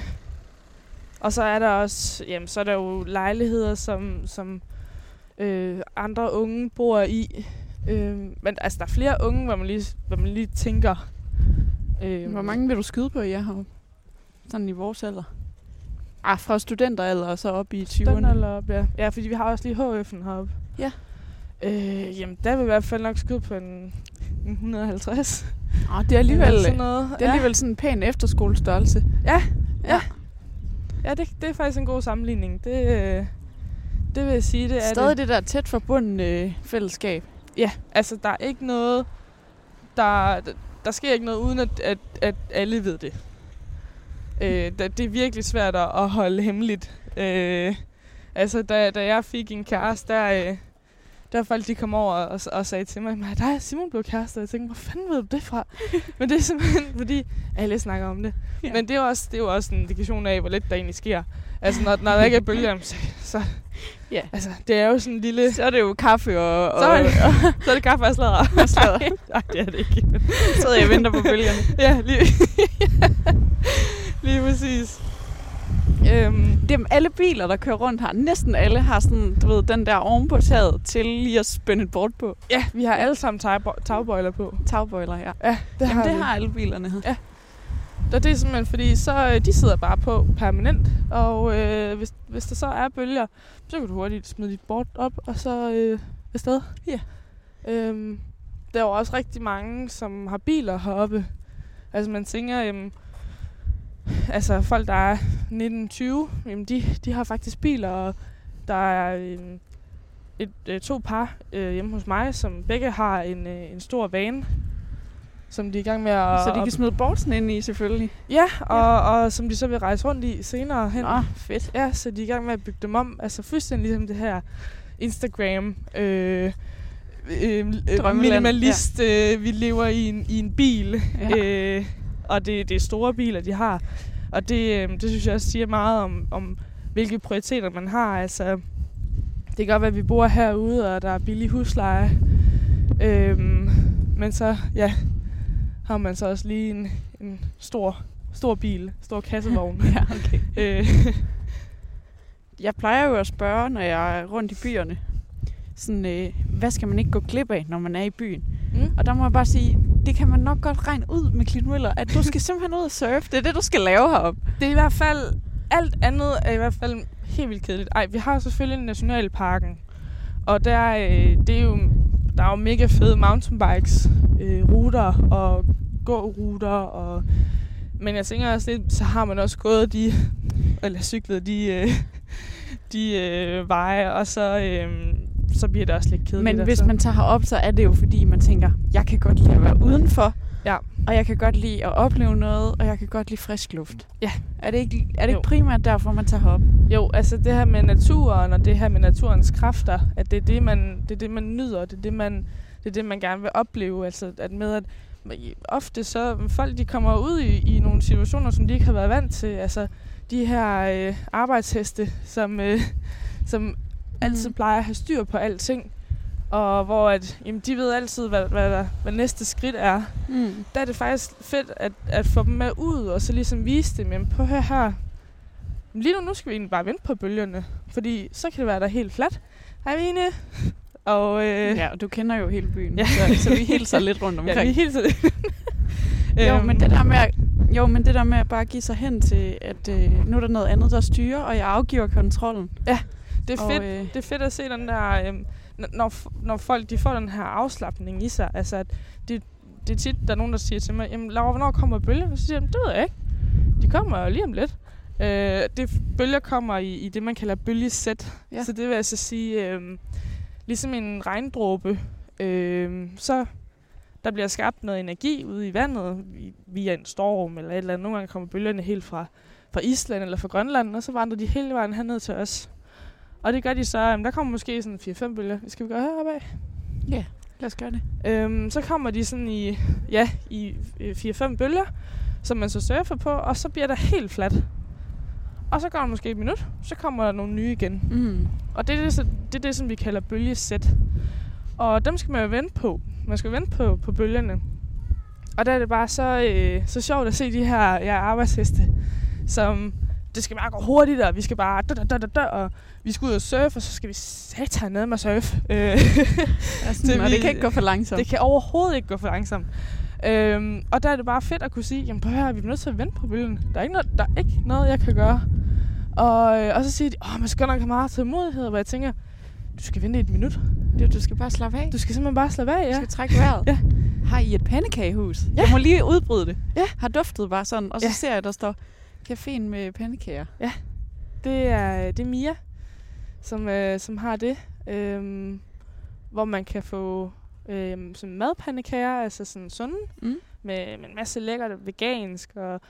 Speaker 2: og så er der også, jamen, så er der jo lejligheder, som, som øh, andre unge bor i. Øhm, men altså, der er flere unge, hvor man lige, hvor man lige tænker... Øhm,
Speaker 1: Hvor mange vil du skyde på, jeg har Sådan i vores alder. Ah, fra studenteralder og så op i 20'erne.
Speaker 2: Den eller op, ja. ja, fordi vi har også lige HF'en heroppe.
Speaker 1: Ja.
Speaker 2: Øh, jamen, der vil i hvert fald nok skyde på en, en 150.
Speaker 1: Åh, Ah, det er alligevel...
Speaker 2: Eller sådan noget.
Speaker 1: Det er alligevel sådan en pæn efterskolestørrelse.
Speaker 2: Ja, ja det, det er faktisk en god sammenligning. Det, øh, det vil jeg sige, det er
Speaker 1: Stadig det der tæt forbundne øh, fællesskab.
Speaker 2: Ja, altså der er ikke noget, der, der, der sker ikke noget, uden at, at, at alle ved det. Øh, da, det er virkelig svært at at holde hemmeligt. Øh, altså da, da jeg fik en kæreste, der, øh, der var folk, de kom over og, og sagde til mig, at der er Simon blev kæreste, og jeg tænkte, hvor fanden ved du det [laughs] fra? Men det er simpelthen, fordi alle snakker om det.
Speaker 1: Ja.
Speaker 2: Ja. Men det er, jo også, det er jo også en indikation af, hvor lidt der egentlig sker. Altså når, når der ikke er bølger, så, så
Speaker 1: Ja.
Speaker 2: altså, det er jo sådan en lille...
Speaker 1: Så er det jo kaffe og...
Speaker 2: Så er det, så er det kaffe og sladder.
Speaker 1: [laughs] og sladder.
Speaker 2: [laughs] Nej, det er det ikke.
Speaker 1: sidder jeg og venter på bølgerne.
Speaker 2: [laughs] ja, lige, lige præcis. Øhm,
Speaker 1: Dem, alle biler, der kører rundt her, næsten alle har sådan, du ved, den der oven på taget til lige at spænde et bort på.
Speaker 2: ja, vi har alle sammen tagbo- tagbøjler på.
Speaker 1: Tagbøjler, ja.
Speaker 2: Ja, det
Speaker 1: Jamen, det
Speaker 2: vi.
Speaker 1: har alle bilerne her.
Speaker 2: Og det er simpelthen fordi, så øh, de sidder bare på permanent, og øh, hvis, hvis der så er bølger, så kan du hurtigt smide dit bord op, og så øh, afsted.
Speaker 1: Ja.
Speaker 2: Øhm, der er jo også rigtig mange, som har biler heroppe. Altså man tænker, jamen, altså folk, der er 1920, jamen de, de har faktisk biler, og der er øhm, et, øh, to par øh, hjemme hos mig, som begge har en, øh, en stor van, som de er i gang med at...
Speaker 1: Så de
Speaker 2: at
Speaker 1: kan smide bortsen ind i,
Speaker 2: [laughs]
Speaker 1: selvfølgelig.
Speaker 2: Ja, og, og som de så vil rejse rundt i senere hen.
Speaker 1: Nå, fedt.
Speaker 2: Ja, så de er i gang med at bygge dem om. Altså fuldstændig ligesom det her Instagram... Øh, øh, øh,
Speaker 1: Drømmeland,
Speaker 2: minimalist, ja. øh, vi lever i en, i en bil,
Speaker 1: Ja.
Speaker 2: ja. øh, og det, det er store biler, de har. Og det, øh, det synes jeg også siger meget om, om, hvilke prioriteter man har. Altså, det kan godt være, at vi bor herude, og der er billig husleje, øhm, men så ja, har man så også lige en,
Speaker 1: [laughs]
Speaker 2: en stor, stor bil, stor kassevogn.
Speaker 1: Ja, okay.
Speaker 2: Øh,
Speaker 1: jeg plejer jo at spørge, når jeg er rundt i byerne, sådan, øh, hvad skal man ikke gå glip af, når man er i byen?
Speaker 2: Mm.
Speaker 1: Og der må jeg bare sige, det kan man nok godt regne ud med Clint Møller, at du skal simpelthen ud og surfe. Det er det, du skal lave heroppe.
Speaker 2: Det er i hvert fald, alt andet er i hvert fald helt vildt kedeligt. Ej, vi har jo selvfølgelig Nationalparken, og der, øh, det er jo, der er jo mega fede mountainbikes, øh, ruter og gåruter, og, men jeg tænker også lidt, så har man også gået de, eller cyklet de, øh, de øh, veje, og så, øh, så bliver det også lidt kedeligt.
Speaker 1: Men hvis
Speaker 2: altså.
Speaker 1: man tager herop, så er det jo fordi, man tænker, jeg kan godt lide at være udenfor,
Speaker 2: Ja.
Speaker 1: og jeg kan godt lide at opleve noget, og jeg kan godt lide frisk luft.
Speaker 2: Ja.
Speaker 1: Er det ikke, er det
Speaker 2: Jo.
Speaker 1: ikke primært derfor, man tager herop?
Speaker 2: Jo, altså det her med naturen og det her med naturens kræfter, at det er det, man, det er det, man nyder, det er det, man, det er det, man gerne vil opleve. Altså at med at ofte så folk de kommer ud i, i nogle situationer, som de ikke har været vant til. Altså de her øh, arbejdsheste, som, øh, som mm. altid plejer at have styr på alting, og hvor at, jamen, de ved altid, hvad, hvad, der, hvad næste skridt er
Speaker 1: Mm.
Speaker 2: der er det faktisk fedt at, at få dem med ud, og så ligesom vise dem, jamen på her her. Lige nu, nu skal vi egentlig bare vente på bølgerne, fordi så kan det være der er helt fladt. Hej Mine. [laughs] Og øh, ja.
Speaker 1: Ja, og du kender jo hele byen,
Speaker 2: Ja.
Speaker 1: ja. så, så vi hilser lidt [laughs] rundt
Speaker 2: ja, vi
Speaker 1: omkring. Øhm.
Speaker 2: er helt [laughs] Øhm. tiden.
Speaker 1: jo, men det der med at, jo, men det der med at bare give sig hen til, at øh, nu er der noget andet, der styrer, og jeg afgiver kontrollen.
Speaker 2: det, er
Speaker 1: og,
Speaker 2: fedt,
Speaker 1: øh,
Speaker 2: det er fedt at se den der, øh, n- når, f- når folk de får den her afslappning i sig. Altså, at det, det er tit, der er nogen, der siger til mig, jamen Laura, hvornår kommer bølgerne? Så siger jeg, "Jamen, det ved jeg ikke. De kommer jo lige om lidt. Øh, det, bølger kommer i, i det, man kalder bølgesæt. Ja.
Speaker 1: Ja.
Speaker 2: Så det vil altså sige, øh, ligesom en regndråbe, øh, så der bliver skabt noget energi ude i vandet i- via en storm eller et eller andet. Nogle gange kommer bølgerne helt fra, fra Island eller fra Grønland, og så vandrer de hele vejen herned til os. Og det gør de så, jamen, der kommer måske sådan 4-5 bølger. Skal vi gå heroppe af?
Speaker 1: Lad os gøre det.
Speaker 2: Øhm, så kommer de sådan i, ja, i øh, 4-5 bølger, som man så surfer på, og så bliver der helt fladt. Og så går der måske et minut, så kommer der nogle nye igen.
Speaker 1: Mm.
Speaker 2: Og det er det, så- det, er det som vi kalder bølgesæt. Og dem skal man jo vente på. Man skal vente på, på bølgerne. Og der er det bare så, øh, så sjovt at se de her ja, arbejdsheste, som det skal bare gå hurtigt, og vi skal bare dø, dø, dø, dø, dø, og vi skal ud og surfe, og så skal vi satan ned med at surfe. Øh,
Speaker 1: Altså,
Speaker 2: Det
Speaker 1: det, og
Speaker 2: vi-
Speaker 1: det kan ikke gå for langsomt.
Speaker 2: det kan overhovedet ikke gå for langsomt. Øhm, og der er det bare fedt at kunne sige, jamen prøv at høre, vi bliver nødt til at vente på bølgen. Der er ikke noget, der er ikke noget jeg kan gøre. Og, øh, og så siger de, åh, man skal godt nok have meget tålmodighed, hvor jeg tænker, du skal vente et minut.
Speaker 1: Det, du skal bare slappe af.
Speaker 2: Du skal simpelthen bare slappe af,
Speaker 1: Du
Speaker 2: ja.
Speaker 1: skal trække vejret.
Speaker 2: Ja.
Speaker 1: Har I et pandekagehus?
Speaker 2: Ja.
Speaker 1: Jeg må lige udbryde det.
Speaker 2: Ja.
Speaker 1: Har duftet bare sådan, og så
Speaker 2: Ja.
Speaker 1: ja. ser jeg, der står caféen med pandekager.
Speaker 2: Det er, det er Mia, som, øh, som har det. Øhm, hvor man kan få øhm, sådan madpandekager, altså sådan sunde,
Speaker 1: Mm.
Speaker 2: med, med en masse lækkert vegansk og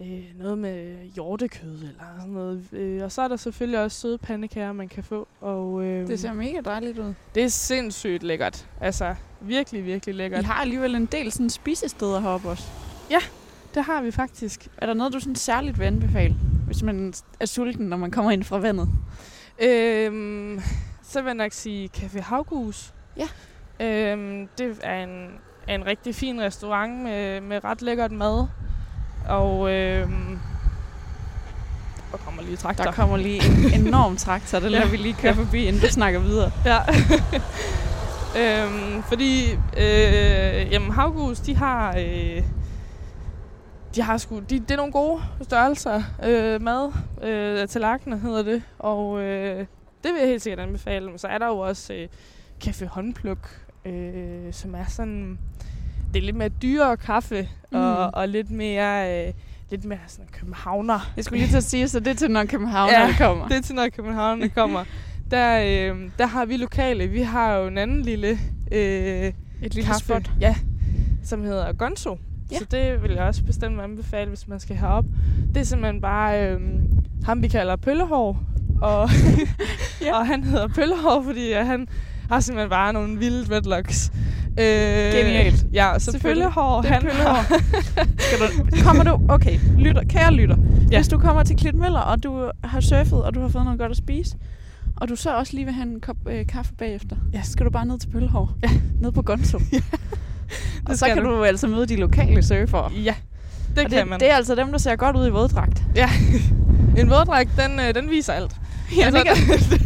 Speaker 2: øh, noget med hjortekød eller sådan noget. Øh, og så er der selvfølgelig også søde pandekager, man kan få. Og, øh,
Speaker 1: Det ser mega dejligt ud.
Speaker 2: det er sindssygt lækkert. Altså, virkelig, virkelig lækkert.
Speaker 1: I har alligevel en del sådan spisesteder heroppe også.
Speaker 2: Det har vi faktisk.
Speaker 1: Er der noget, du sådan særligt vil anbefale, hvis man er sulten, når man kommer ind fra vandet?
Speaker 2: Øhm, så vil jeg nok sige Café Havgus.
Speaker 1: Ja.
Speaker 2: Øhm, det er en, er en rigtig fin restaurant med, med ret lækkert mad. Og øhm, der kommer lige traktor.
Speaker 1: Der kommer lige
Speaker 2: [laughs]
Speaker 1: en enorm traktor, det lader
Speaker 2: Ja.
Speaker 1: vi lige køre forbi, inden du snakker videre.
Speaker 2: Ja. [laughs] øhm, fordi øh, jamen, havgus, de har... Øh, de har sgu, de, det er nogle gode størrelser. Øh, mad, øh, tallerkener hedder det. Og øh, det vil jeg helt sikkert anbefale. Men så er der jo også øh, kaffe håndpluk, øh, som er sådan... Det er lidt mere dyrere kaffe, mm. og,
Speaker 1: Mhm.
Speaker 2: og lidt mere, øh, lidt mere sådan københavner.
Speaker 1: Jeg skulle lige til at sige, så det er til, når København
Speaker 2: Ja,
Speaker 1: kommer.
Speaker 2: Det er til, når københavnerne kommer. Der, øh, der har vi lokale. Vi har jo en anden lille, øh,
Speaker 1: et lille
Speaker 2: kaffe,
Speaker 1: spot.
Speaker 2: Ja, som hedder Gonzo. Ja.
Speaker 1: Ja.
Speaker 2: Så det vil jeg også bestemt anbefale, hvis man skal herop. Det er simpelthen bare øh, ham, vi kalder Pøllehår. Og, ja.
Speaker 1: [laughs] Ja.
Speaker 2: og han hedder Pøllehår, fordi øh, han har simpelthen bare nogle vilde dreadlocks. Øh,
Speaker 1: Genialt.
Speaker 2: Ja, så
Speaker 1: Selvfølgelig.
Speaker 2: Pøllehår,
Speaker 1: Det er
Speaker 2: han har...
Speaker 1: [laughs] Skal du, kommer du, okay, lytter, kære lytter,
Speaker 2: Ja.
Speaker 1: ja. hvis du kommer til Klitmøller, og du har surfet, og du har fået noget godt at spise, og du så også lige vil have en kop øh, kaffe bagefter,
Speaker 2: Ja.
Speaker 1: ja. så skal du bare ned til Pøllehov, ja. ned på Gonzo. ja. Og så
Speaker 2: skal
Speaker 1: kan
Speaker 2: du.
Speaker 1: du. du altså møde de lokale surfere.
Speaker 2: Ja, det,
Speaker 1: og
Speaker 2: kan
Speaker 1: det,
Speaker 2: man. [laughs]
Speaker 1: det er altså dem, der ser godt ud i våddragt.
Speaker 2: En våddragt, den, øh, den viser alt.
Speaker 1: Ja, det gør den. Altså, [laughs]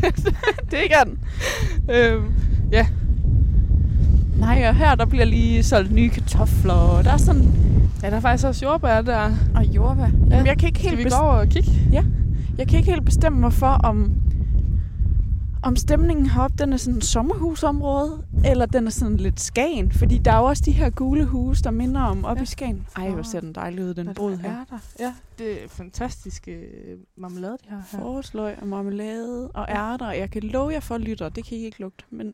Speaker 1: det gør den.
Speaker 2: [laughs] Øhm,
Speaker 1: Nej, og her der bliver lige solgt nye kartofler, og der er sådan...
Speaker 2: ja, der er faktisk også jordbær der.
Speaker 1: Og jordbær. Ja. Jamen, jeg kan ikke
Speaker 2: Skal
Speaker 1: helt
Speaker 2: vi gå over og kigge?
Speaker 1: Jeg kan ikke helt bestemme mig for, om, om stemningen heroppe, den er sådan sommerhusområde, eller den er sådan lidt Skagen. Fordi der er jo også de her gule huse, der minder om oppe ja.
Speaker 2: Ja.
Speaker 1: i Skagen. Ej, hvor
Speaker 2: Åh.
Speaker 1: ser den dejlig ud,
Speaker 2: Hvad
Speaker 1: den
Speaker 2: der
Speaker 1: brud her.
Speaker 2: Er der. Ja, det er fantastisk øh, marmelade, det her. her.
Speaker 1: Forårsløg og marmelade og ærter. Jeg kan love jer for, lytter, det kan I ikke lugte, men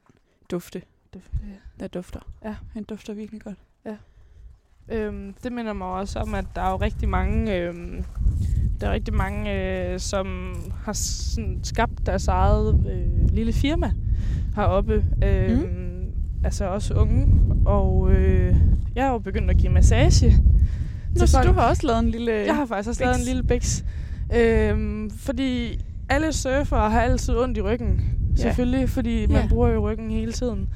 Speaker 1: dufte.
Speaker 2: Det, det,
Speaker 1: Der dufter.
Speaker 2: Ja.
Speaker 1: Den dufter virkelig godt.
Speaker 2: Øhm, det minder mig også om, at der er jo rigtig mange, øhm, der er rigtig mange, øh, som har sådan skabt deres eget øh, lille firma heroppe. Øhm, mm. Altså også unge. Og øh, jeg er jo begyndt at give massage.
Speaker 1: Nå, så
Speaker 2: folk.
Speaker 1: du har også lavet en lille...
Speaker 2: Jeg har faktisk også lavet en
Speaker 1: Biks.
Speaker 2: lille biks. Øhm, fordi alle surfere har altid ondt i ryggen.
Speaker 1: Ja.
Speaker 2: Selvfølgelig, fordi man
Speaker 1: Ja.
Speaker 2: bruger jo ryggen hele tiden.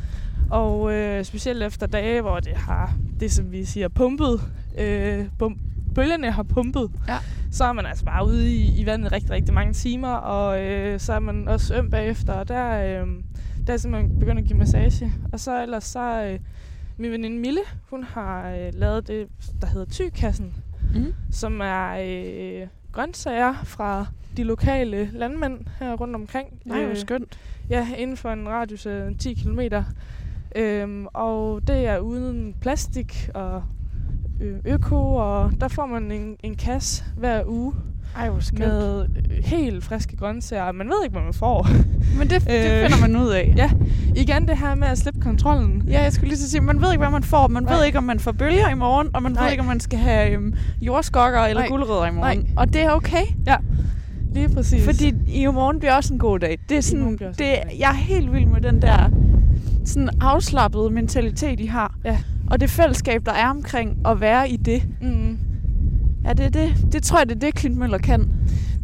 Speaker 2: Og øh, specielt efter dage, hvor det har, det som vi siger, pumpet. Øh, bum, bølgerne har pumpet.
Speaker 1: Ja.
Speaker 2: Så er man altså bare ude i, i vandet rigtig, rigtig mange timer. Og øh, så er man også øm bagefter. Og der, øh, der er simpelthen begyndt at give massage. Og så ellers så... Øh, min veninde Mille, hun har øh, lavet det, der hedder Tykassen
Speaker 1: Mm.
Speaker 2: som er øh, grøntsager fra de lokale landmænd her rundt omkring. Øh,
Speaker 1: Nej, hvor skønt.
Speaker 2: Ja, inden for en radius af 10 km. Øhm, og det er uden plastik og øh, øko, og der får man en, en kasse hver uge
Speaker 1: Ej, hvor skønt.
Speaker 2: med øh, helt friske grøntsager. Man ved ikke, hvad man
Speaker 1: [laughs]
Speaker 2: får.
Speaker 1: Men det, det
Speaker 2: Øh.
Speaker 1: finder man ud af.
Speaker 2: Ja. Igen det her med at slippe kontrollen.
Speaker 1: Ja, jeg skulle lige så sige, man ved ikke, hvad man får. Man Nej. ved
Speaker 2: Nej.
Speaker 1: ikke, om man får bølger i morgen, og man Nej. ved
Speaker 2: Nej.
Speaker 1: ikke, om man skal have øhm, jordskokker eller
Speaker 2: Nej.
Speaker 1: guldrødder i morgen. Nej. Og det er okay,
Speaker 2: Lige præcis.
Speaker 1: fordi i morgen bliver også en god dag. Det er sådan,
Speaker 2: morgen bliver også
Speaker 1: det,
Speaker 2: en god dag.
Speaker 1: jeg er helt vild med den der sådan afslappede mentalitet, I har.
Speaker 2: Ja.
Speaker 1: Og det fællesskab, der er omkring at være i det.
Speaker 2: Mm.
Speaker 1: Ja, det er det. Det tror jeg, det er det, Clint Møller kan.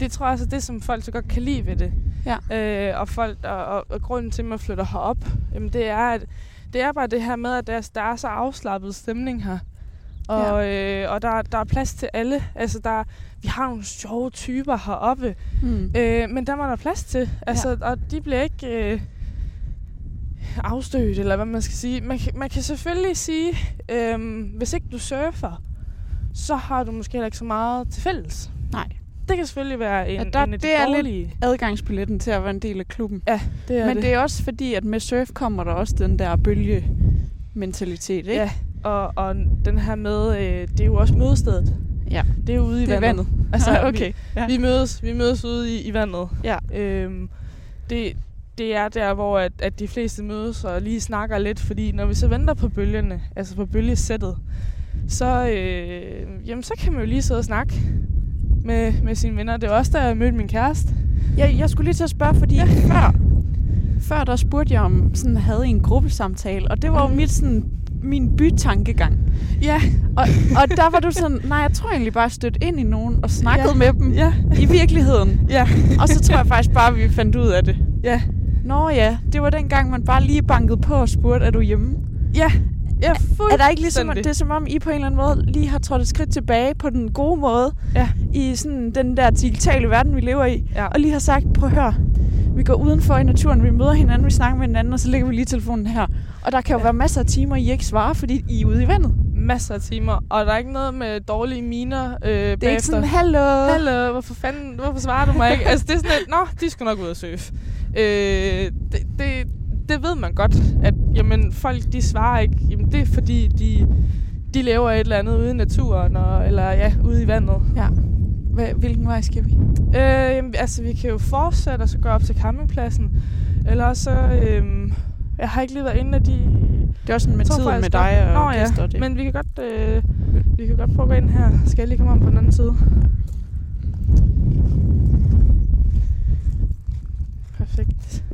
Speaker 2: Det tror jeg også er det, som folk så godt kan lide ved det.
Speaker 1: Ja.
Speaker 2: Øh, og, folk, og, og, og grunden til, at man flytter herop, jamen det er, at det er bare det her med, at der, er- der er så afslappet stemning her. Og, ja. øh, og der, der er plads til alle. Altså, der, vi har nogle sjove typer heroppe,
Speaker 1: Mm.
Speaker 2: øh, men der var der plads til. Altså, ja. Og de bliver ikke øh, afstødt, eller hvad man skal sige. Man, kan- man kan selvfølgelig sige, øh, hvis ikke du surfer, så har du måske heller ikke så meget til fælles.
Speaker 1: Nej.
Speaker 2: Det kan selvfølgelig være en,
Speaker 1: Ja,
Speaker 2: ja,
Speaker 1: der-
Speaker 2: der, en af de
Speaker 1: det er lidt-
Speaker 2: dårlige. Lidt,
Speaker 1: Adgangsbilletten til at være en del af klubben.
Speaker 2: det
Speaker 1: Men det er også fordi, at med surf kommer der også den der bølgementalitet, ikke?
Speaker 2: Ja, og, og den her med, øh, det er jo også mødestedet.
Speaker 1: Ja.
Speaker 2: Det er jo ude i
Speaker 1: det er
Speaker 2: vandet.
Speaker 1: vandet.
Speaker 2: [laughs] Altså,
Speaker 1: okay. Ja.
Speaker 2: Vi, vi, mødes, vi mødes ude i, i vandet.
Speaker 1: Ja.
Speaker 2: Øhm, det, det er der, hvor at, at de fleste mødes og lige snakker lidt, fordi når vi så venter på bølgerne, altså på bølgesættet, så, øh, jamen, så kan man jo lige sidde og snakke med, med sine venner. Det er også der, jeg mødte min kæreste.
Speaker 1: Jeg, jeg skulle lige til at spørge, fordi ja. før, før der spurgte jeg om, sådan havde I en gruppesamtale, og det var jo
Speaker 2: Mhm.
Speaker 1: mit, sådan, min bytankegang.
Speaker 2: Ja,
Speaker 1: Og, og der var du sådan, nej, jeg tror egentlig bare, jeg stødte ind i nogen og snakkede ja. med dem
Speaker 2: [laughs] ja,
Speaker 1: i virkeligheden.
Speaker 2: ja,
Speaker 1: Og så tror jeg faktisk bare, vi fandt ud af det.
Speaker 2: ja.
Speaker 1: Nå ja, det var dengang, man bare lige bankede på og spurgte, er du hjemme?
Speaker 2: Ja, ja
Speaker 1: Er der ikke ligesom,
Speaker 2: fuldstændig.
Speaker 1: det er som om, I på en eller anden måde lige har trådt et skridt tilbage på den gode måde,
Speaker 2: Ja.
Speaker 1: i sådan den der digitale verden, vi lever i,
Speaker 2: Ja.
Speaker 1: og lige har sagt, prøv at høre, vi går udenfor i naturen, vi møder hinanden, vi snakker med hinanden, og så lægger vi lige telefonen her. Og der kan jo ja.
Speaker 2: Ja.
Speaker 1: være masser af timer, I ikke svarer, fordi I er ude i vandet. Det
Speaker 2: masser af timer, og der er ikke noget med dårlige miner øh,
Speaker 1: er ikke sådan, hallo.
Speaker 2: Hallo, hvorfor fanden, hvorfor svarer du mig ikke? altså, det er sådan lidt, nå, de skal nok ud og surfe. Øh, det, det, det ved man godt, at jamen, folk, de svarer ikke. Jamen, det er fordi, de, de laver et eller andet ude i naturen, og, eller ja, ude i vandet.
Speaker 1: Ja. Hva- Hvilken vej skal vi?
Speaker 2: Øh, jamen, altså, vi kan jo fortsætte og så gå op til campingpladsen. Eller også, øh, jeg har ikke lige været inde af de...
Speaker 1: Det er også sådan med
Speaker 2: Jeg tror
Speaker 1: tiden med
Speaker 2: faktisk
Speaker 1: dig
Speaker 2: godt-
Speaker 1: og
Speaker 2: Nå,
Speaker 1: gæster.
Speaker 2: ja.
Speaker 1: og Det.
Speaker 2: Men vi kan godt, øh, vi kan godt prøve at gå ind her. Skal jeg lige komme om på den anden side? Perfekt.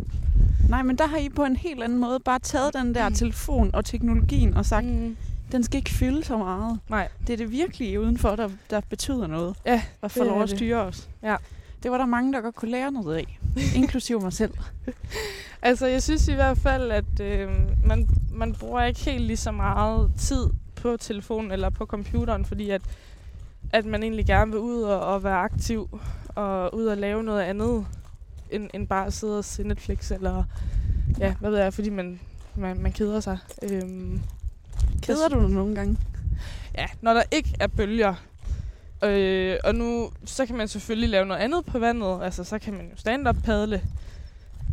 Speaker 1: Nej, men der har I på en helt anden måde bare taget den der telefon og teknologien og sagt,
Speaker 2: Mm.
Speaker 1: den skal ikke fylde så meget.
Speaker 2: Nej.
Speaker 1: Det er det virkelige udenfor, der, der betyder noget.
Speaker 2: Ja,
Speaker 1: Og får
Speaker 2: det
Speaker 1: lov
Speaker 2: er
Speaker 1: at
Speaker 2: det.
Speaker 1: styre os.
Speaker 2: Ja.
Speaker 1: Det var der mange, der godt kunne lære noget [laughs] af. Inklusive mig selv.
Speaker 2: Altså, jeg synes i hvert fald, at øh, man, man bruger ikke helt lige så meget tid på telefonen eller på computeren, fordi at, at man egentlig gerne vil ud og, og være aktiv og ud og lave noget andet. end, end bare at sidde og se Netflix, eller ja, hvad ved jeg, fordi man, man, man keder sig. Øhm,
Speaker 1: Keder du dig nogle gange?
Speaker 2: ja, når der ikke er bølger, øh, og nu, så kan man selvfølgelig lave noget andet på vandet, altså så kan man jo stand-up padle.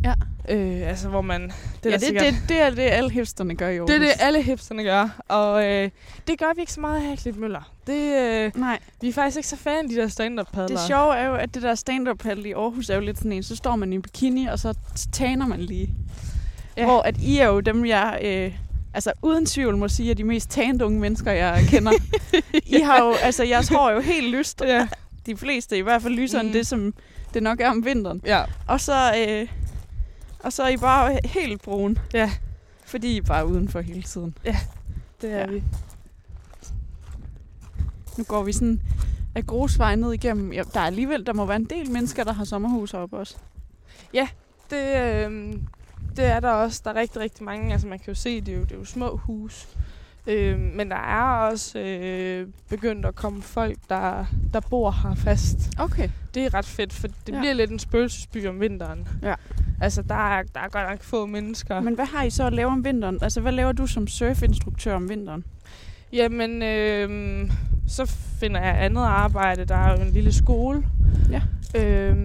Speaker 1: Ja.
Speaker 2: Øh, altså hvor man,
Speaker 1: Det
Speaker 2: det
Speaker 1: er ja,
Speaker 2: er der
Speaker 1: det,
Speaker 2: sikkert-
Speaker 1: det, det er det, alle hipsterne gør i Aarhus.
Speaker 2: det er det, alle hipsterne gør, og øh, det gør vi ikke så meget her i Klitmøller. Det, øh,
Speaker 1: Nej,
Speaker 2: vi er faktisk ikke så fan af de der stand-up padler.
Speaker 1: det sjove er jo, at det der stand-up paddle i Aarhus er jo lidt sådan en, så står man i bikini, og så taner man lige. Ja.
Speaker 2: Ja.
Speaker 1: Hvor at I er jo dem, jeg øh, altså uden tvivl må sige, er de mest tannede unge mennesker, jeg [laughs] kender. I har jo, altså jeres hår er jo helt lyst.
Speaker 2: Ja.
Speaker 1: De fleste, i hvert fald lysere mm. end
Speaker 2: Mm.
Speaker 1: det, som det nok er om vinteren.
Speaker 2: Ja,
Speaker 1: Og så, øh, og så er I bare helt brun.
Speaker 2: Ja.
Speaker 1: Fordi I er bare udenfor hele tiden.
Speaker 2: det er
Speaker 1: Ja.
Speaker 2: ja. vi.
Speaker 1: Nu går vi sådan af grusvej ned igennem. Ja, der er alligevel, der må være en del mennesker, der har sommerhus oppe også.
Speaker 2: Det, øh, det er der også. Der er rigtig, rigtig mange. Altså man kan jo se, det er jo, det er jo små hus. Øh, men der er også øh, begyndt at komme folk, der, der bor her fast.
Speaker 1: Okay.
Speaker 2: Det er ret fedt, for det
Speaker 1: Ja.
Speaker 2: ja. bliver lidt en spøgelsesby om vinteren.
Speaker 1: Ja. Altså, der
Speaker 2: Der er, der er godt nok få mennesker. Men.
Speaker 1: Men hvad har I så at lave om vinteren? Altså, hvad laver du som surfinstruktør om vinteren?
Speaker 2: Jamen, øh, så finder jeg andet arbejde. Der er jo en lille skole,
Speaker 1: Ja.
Speaker 2: øh,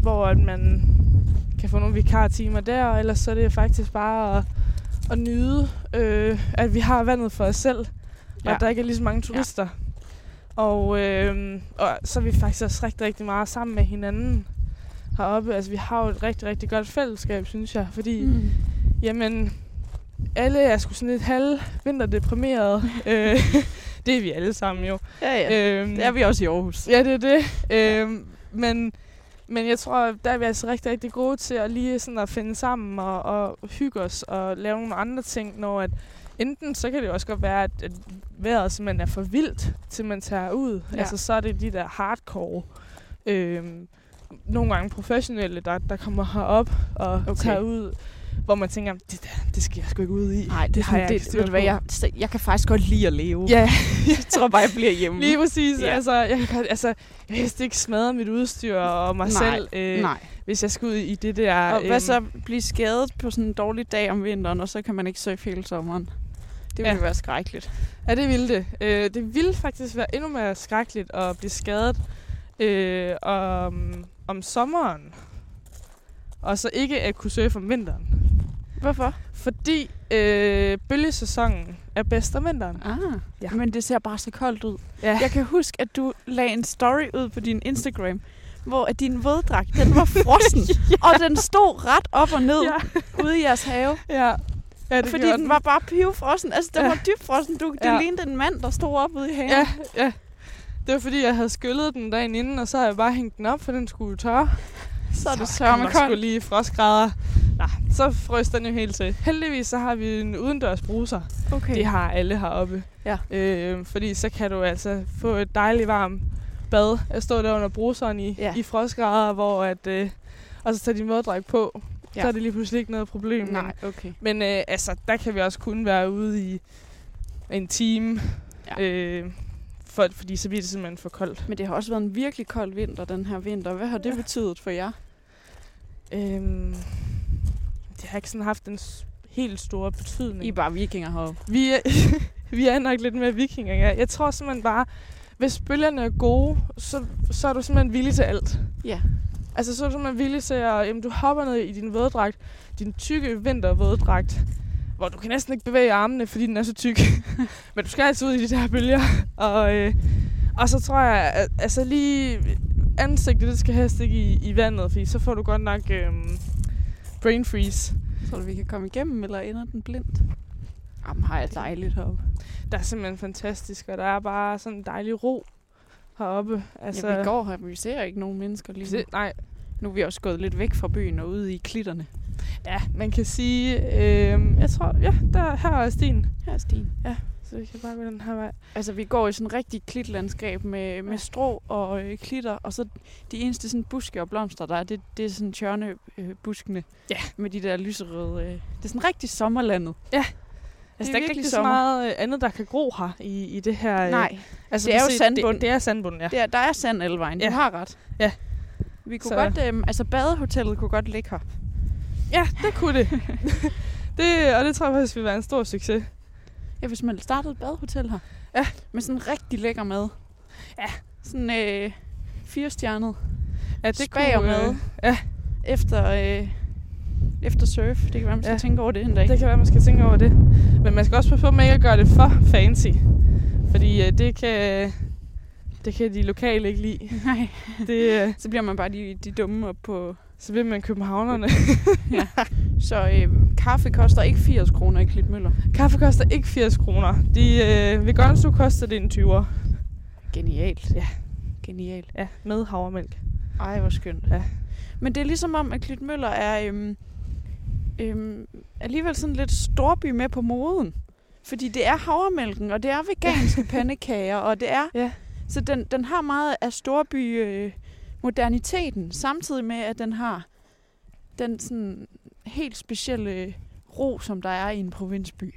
Speaker 2: hvor at man kan få nogle vikartimer der, og ellers så er det faktisk bare at, at nyde, øh, at vi har vandet for os selv, ja. og
Speaker 1: Ja.
Speaker 2: at der ikke er lige så mange turister. Ja. Og, øh, og så er vi faktisk også rigtig, rigtig meget sammen med hinanden heroppe. Altså, vi har jo et rigtig, rigtig godt fællesskab, synes jeg, fordi
Speaker 1: Mm.
Speaker 2: Jamen, alle er sgu sådan lidt halv
Speaker 1: [laughs]
Speaker 2: vinterdeprimerede. øh, det er vi alle sammen jo.
Speaker 1: Ja, ja.
Speaker 2: Øhm,
Speaker 1: Det er vi også i Aarhus.
Speaker 2: Ja, det er det. Øhm, men, men jeg tror, der er vi altså rigtig, rigtig gode til at lige sådan at finde sammen og, og hygge os og lave nogle andre ting, når at enten så kan det jo også godt være, at, at vejret simpelthen er for vildt, til man tager ud.
Speaker 1: Ja.
Speaker 2: Ja. Altså så er det de der hardcore, øhm, nogle gange professionelle, der, der kommer herop og
Speaker 1: Okay.
Speaker 2: okay. tager ud, hvor man tænker, det, der, det skal jeg sgu ikke ud i.
Speaker 1: Nej, det, det har jeg ikke styr
Speaker 2: styr
Speaker 1: på.
Speaker 2: på."
Speaker 1: Jeg, så jeg kan faktisk godt lide at leve.
Speaker 2: Ja,
Speaker 1: [laughs] Jeg tror bare, jeg bliver hjemme.
Speaker 2: Lige præcis.
Speaker 1: Mhm. Ja.
Speaker 2: Ja. Altså, jeg kan godt, altså, jeg helst ikke smadre mit udstyr og mig
Speaker 1: Nej,
Speaker 2: selv, øh,
Speaker 1: Nej.
Speaker 2: hvis jeg skal ud i det der.
Speaker 1: Og hvad
Speaker 2: øhm,
Speaker 1: så? Blive skadet på sådan en dårlig dag om vinteren, og så kan man ikke surfe hele sommeren. Det ville
Speaker 2: Ja.
Speaker 1: ja. være skrækkeligt.
Speaker 2: Ja, det ville det. Øh, det ville faktisk være endnu mere skrækkeligt at blive skadet øh, om, om sommeren. Og så ikke at kunne surfe om vinteren.
Speaker 1: Hvorfor?
Speaker 2: Fordi øh, bølgesæsonen er bedst om vinteren.
Speaker 1: Ah, ja.
Speaker 2: Ja.
Speaker 1: men det ser bare så koldt ud.
Speaker 2: Ja.
Speaker 1: Jeg kan huske, at du lagde en story ud på din Instagram, hvor at din våddragt, den var frossen,
Speaker 2: [laughs]
Speaker 1: ja. og den stod ret op og ned ja.
Speaker 2: Ja.
Speaker 1: ude i jeres have.
Speaker 2: Ja, ja det
Speaker 1: fordi
Speaker 2: gjorde
Speaker 1: den var bare pivfrossen. Altså, den ja.
Speaker 2: Ja.
Speaker 1: var dybt frossen. Du, det ja.
Speaker 2: Ja.
Speaker 1: lignede en mand, der stod op ude i haven.
Speaker 2: Ja, ja. Det var fordi, jeg havde skyllet den dagen inden, og så havde jeg bare hængt den op, for den skulle jo tørre.
Speaker 1: Så er det
Speaker 2: kom
Speaker 1: sørme
Speaker 2: der sgu
Speaker 1: koldt.
Speaker 2: lige frostgrader. Nå, så frøs den jo helt til. Heldigvis så har vi en udendørs bruser.
Speaker 1: Okay.
Speaker 2: Okay. Det har alle heroppe.
Speaker 1: Ja.
Speaker 2: Øh, fordi så kan du altså få et dejligt varmt bad at stå der under bruseren i,
Speaker 1: Ja.
Speaker 2: ja. i frostgrader, hvor at, øh, og så tager din våddræk på.
Speaker 1: Ja.
Speaker 2: Ja. Så er det lige pludselig ikke noget problem.
Speaker 1: Nej, okay.
Speaker 2: Men, men øh, altså, der kan vi også kun være ude i en time.
Speaker 1: Ja.
Speaker 2: Øh, for, fordi så bliver det simpelthen for koldt.
Speaker 1: Men det har også været en virkelig kold vinter, den her vinter. Hvad har det ja.
Speaker 2: Ja.
Speaker 1: betydet for jer?
Speaker 2: Øhm, det har ikke sådan haft den s- helt store betydning.
Speaker 1: I er bare vikinger heroppe.
Speaker 2: Vi er, [laughs] vi er nok lidt mere vikinger. Ja. Jeg tror simpelthen bare, hvis bølgerne er gode, så, så er du simpelthen villig til alt.
Speaker 1: Ja.
Speaker 2: Altså, så er du simpelthen villig til at... Jamen, du hopper ned i din våddragt, din tykke vintervåddragt, hvor du kan næsten ikke bevæge armene, fordi den er så tyk. Men du skal altid ud i de der bølger. Og, øh, og så tror jeg, at, altså lige ansigtet, det skal helst ikke i, i vandet, fordi så får du godt nok øh, brain freeze.
Speaker 1: Tror du, vi kan komme igennem, eller ender den blindt? Jamen, har jeg dejligt heroppe.
Speaker 2: der er simpelthen fantastisk, og der er bare sådan en dejlig ro heroppe.
Speaker 1: Altså, ja, vi går her, men vi ser ikke nogen mennesker lige nu.
Speaker 2: se- Nej,
Speaker 1: Nu er vi også gået lidt væk fra byen og ude i klitterne.
Speaker 2: ja, man kan sige, øh, jeg tror, ja, der, her er stien.
Speaker 1: Her er stien.
Speaker 2: Så vi kan bare gå den her vej.
Speaker 1: Altså, vi går i sådan et rigtigt klitlandskab med, med
Speaker 2: Ja.
Speaker 1: strå og øh, klitter, og så de eneste sådan buske og blomster, der er, det, det er sådan tjørne øh, buskene
Speaker 2: Ja.
Speaker 1: med de der lyserøde. Øh. Det er sådan rigtig sommerlandet.
Speaker 2: Altså,
Speaker 1: Det er
Speaker 2: der er ikke
Speaker 1: virkelig
Speaker 2: rigtig så
Speaker 1: sommer.
Speaker 2: meget øh, andet, der kan gro her i, i det her. øh,
Speaker 1: Nej,
Speaker 2: altså,
Speaker 1: det er
Speaker 2: du
Speaker 1: jo
Speaker 2: kan se,
Speaker 1: sandbund.
Speaker 2: Det, det er sandbund, ja.
Speaker 1: der, der er sand alle vejen. Du
Speaker 2: Ja.
Speaker 1: har ret.
Speaker 2: Ja.
Speaker 1: Vi kunne
Speaker 2: Så-
Speaker 1: så. godt, øhm, altså badehotellet kunne godt ligge her.
Speaker 2: Ja, det kunne [laughs] det. det. Og det tror jeg faktisk ville være en stor succes.
Speaker 1: Ja, hvis man startede et badehotel her.
Speaker 2: Ja.
Speaker 1: Med sådan rigtig lækker mad.
Speaker 2: Ja.
Speaker 1: Sådan øh, firestjernet.
Speaker 2: Ja,
Speaker 1: Det Spag og mad.
Speaker 2: øh, ja.
Speaker 1: Efter, øh, efter surf. Det kan være, man skal
Speaker 2: Ja.
Speaker 1: ja. tænke over det en dag.
Speaker 2: Det kan være, man skal tænke over det. Men man skal også passe på med ikke at gøre det for fancy. Fordi øh, det kan, det kan de lokale ikke lide.
Speaker 1: Nej,
Speaker 2: Det, øh,
Speaker 1: så bliver man bare de, de dumme op på...
Speaker 2: så bliver man københavnerne. [laughs]
Speaker 1: Så øh, kaffe koster ikke 80 kroner i Klitmøller.
Speaker 2: Kaffe koster ikke 80 kroner. De, øh, ved Gonzo koster det en 20'er.
Speaker 1: Genialt.
Speaker 2: Ja.
Speaker 1: Genialt.
Speaker 2: Ja, med havremælk.
Speaker 1: Ej, hvor skønt.
Speaker 2: Ja.
Speaker 1: Men det er ligesom om, at Klitmøller er øhm, øhm, alligevel sådan lidt storby med på moden. Fordi det er havremælken, og det er
Speaker 2: [laughs]
Speaker 1: veganske pandekager, og det er...
Speaker 2: Ja.
Speaker 1: Så den, den har meget af storby øh, moderniteten, samtidig med, at den har den sådan helt specielle ro, som der er i en provinsby.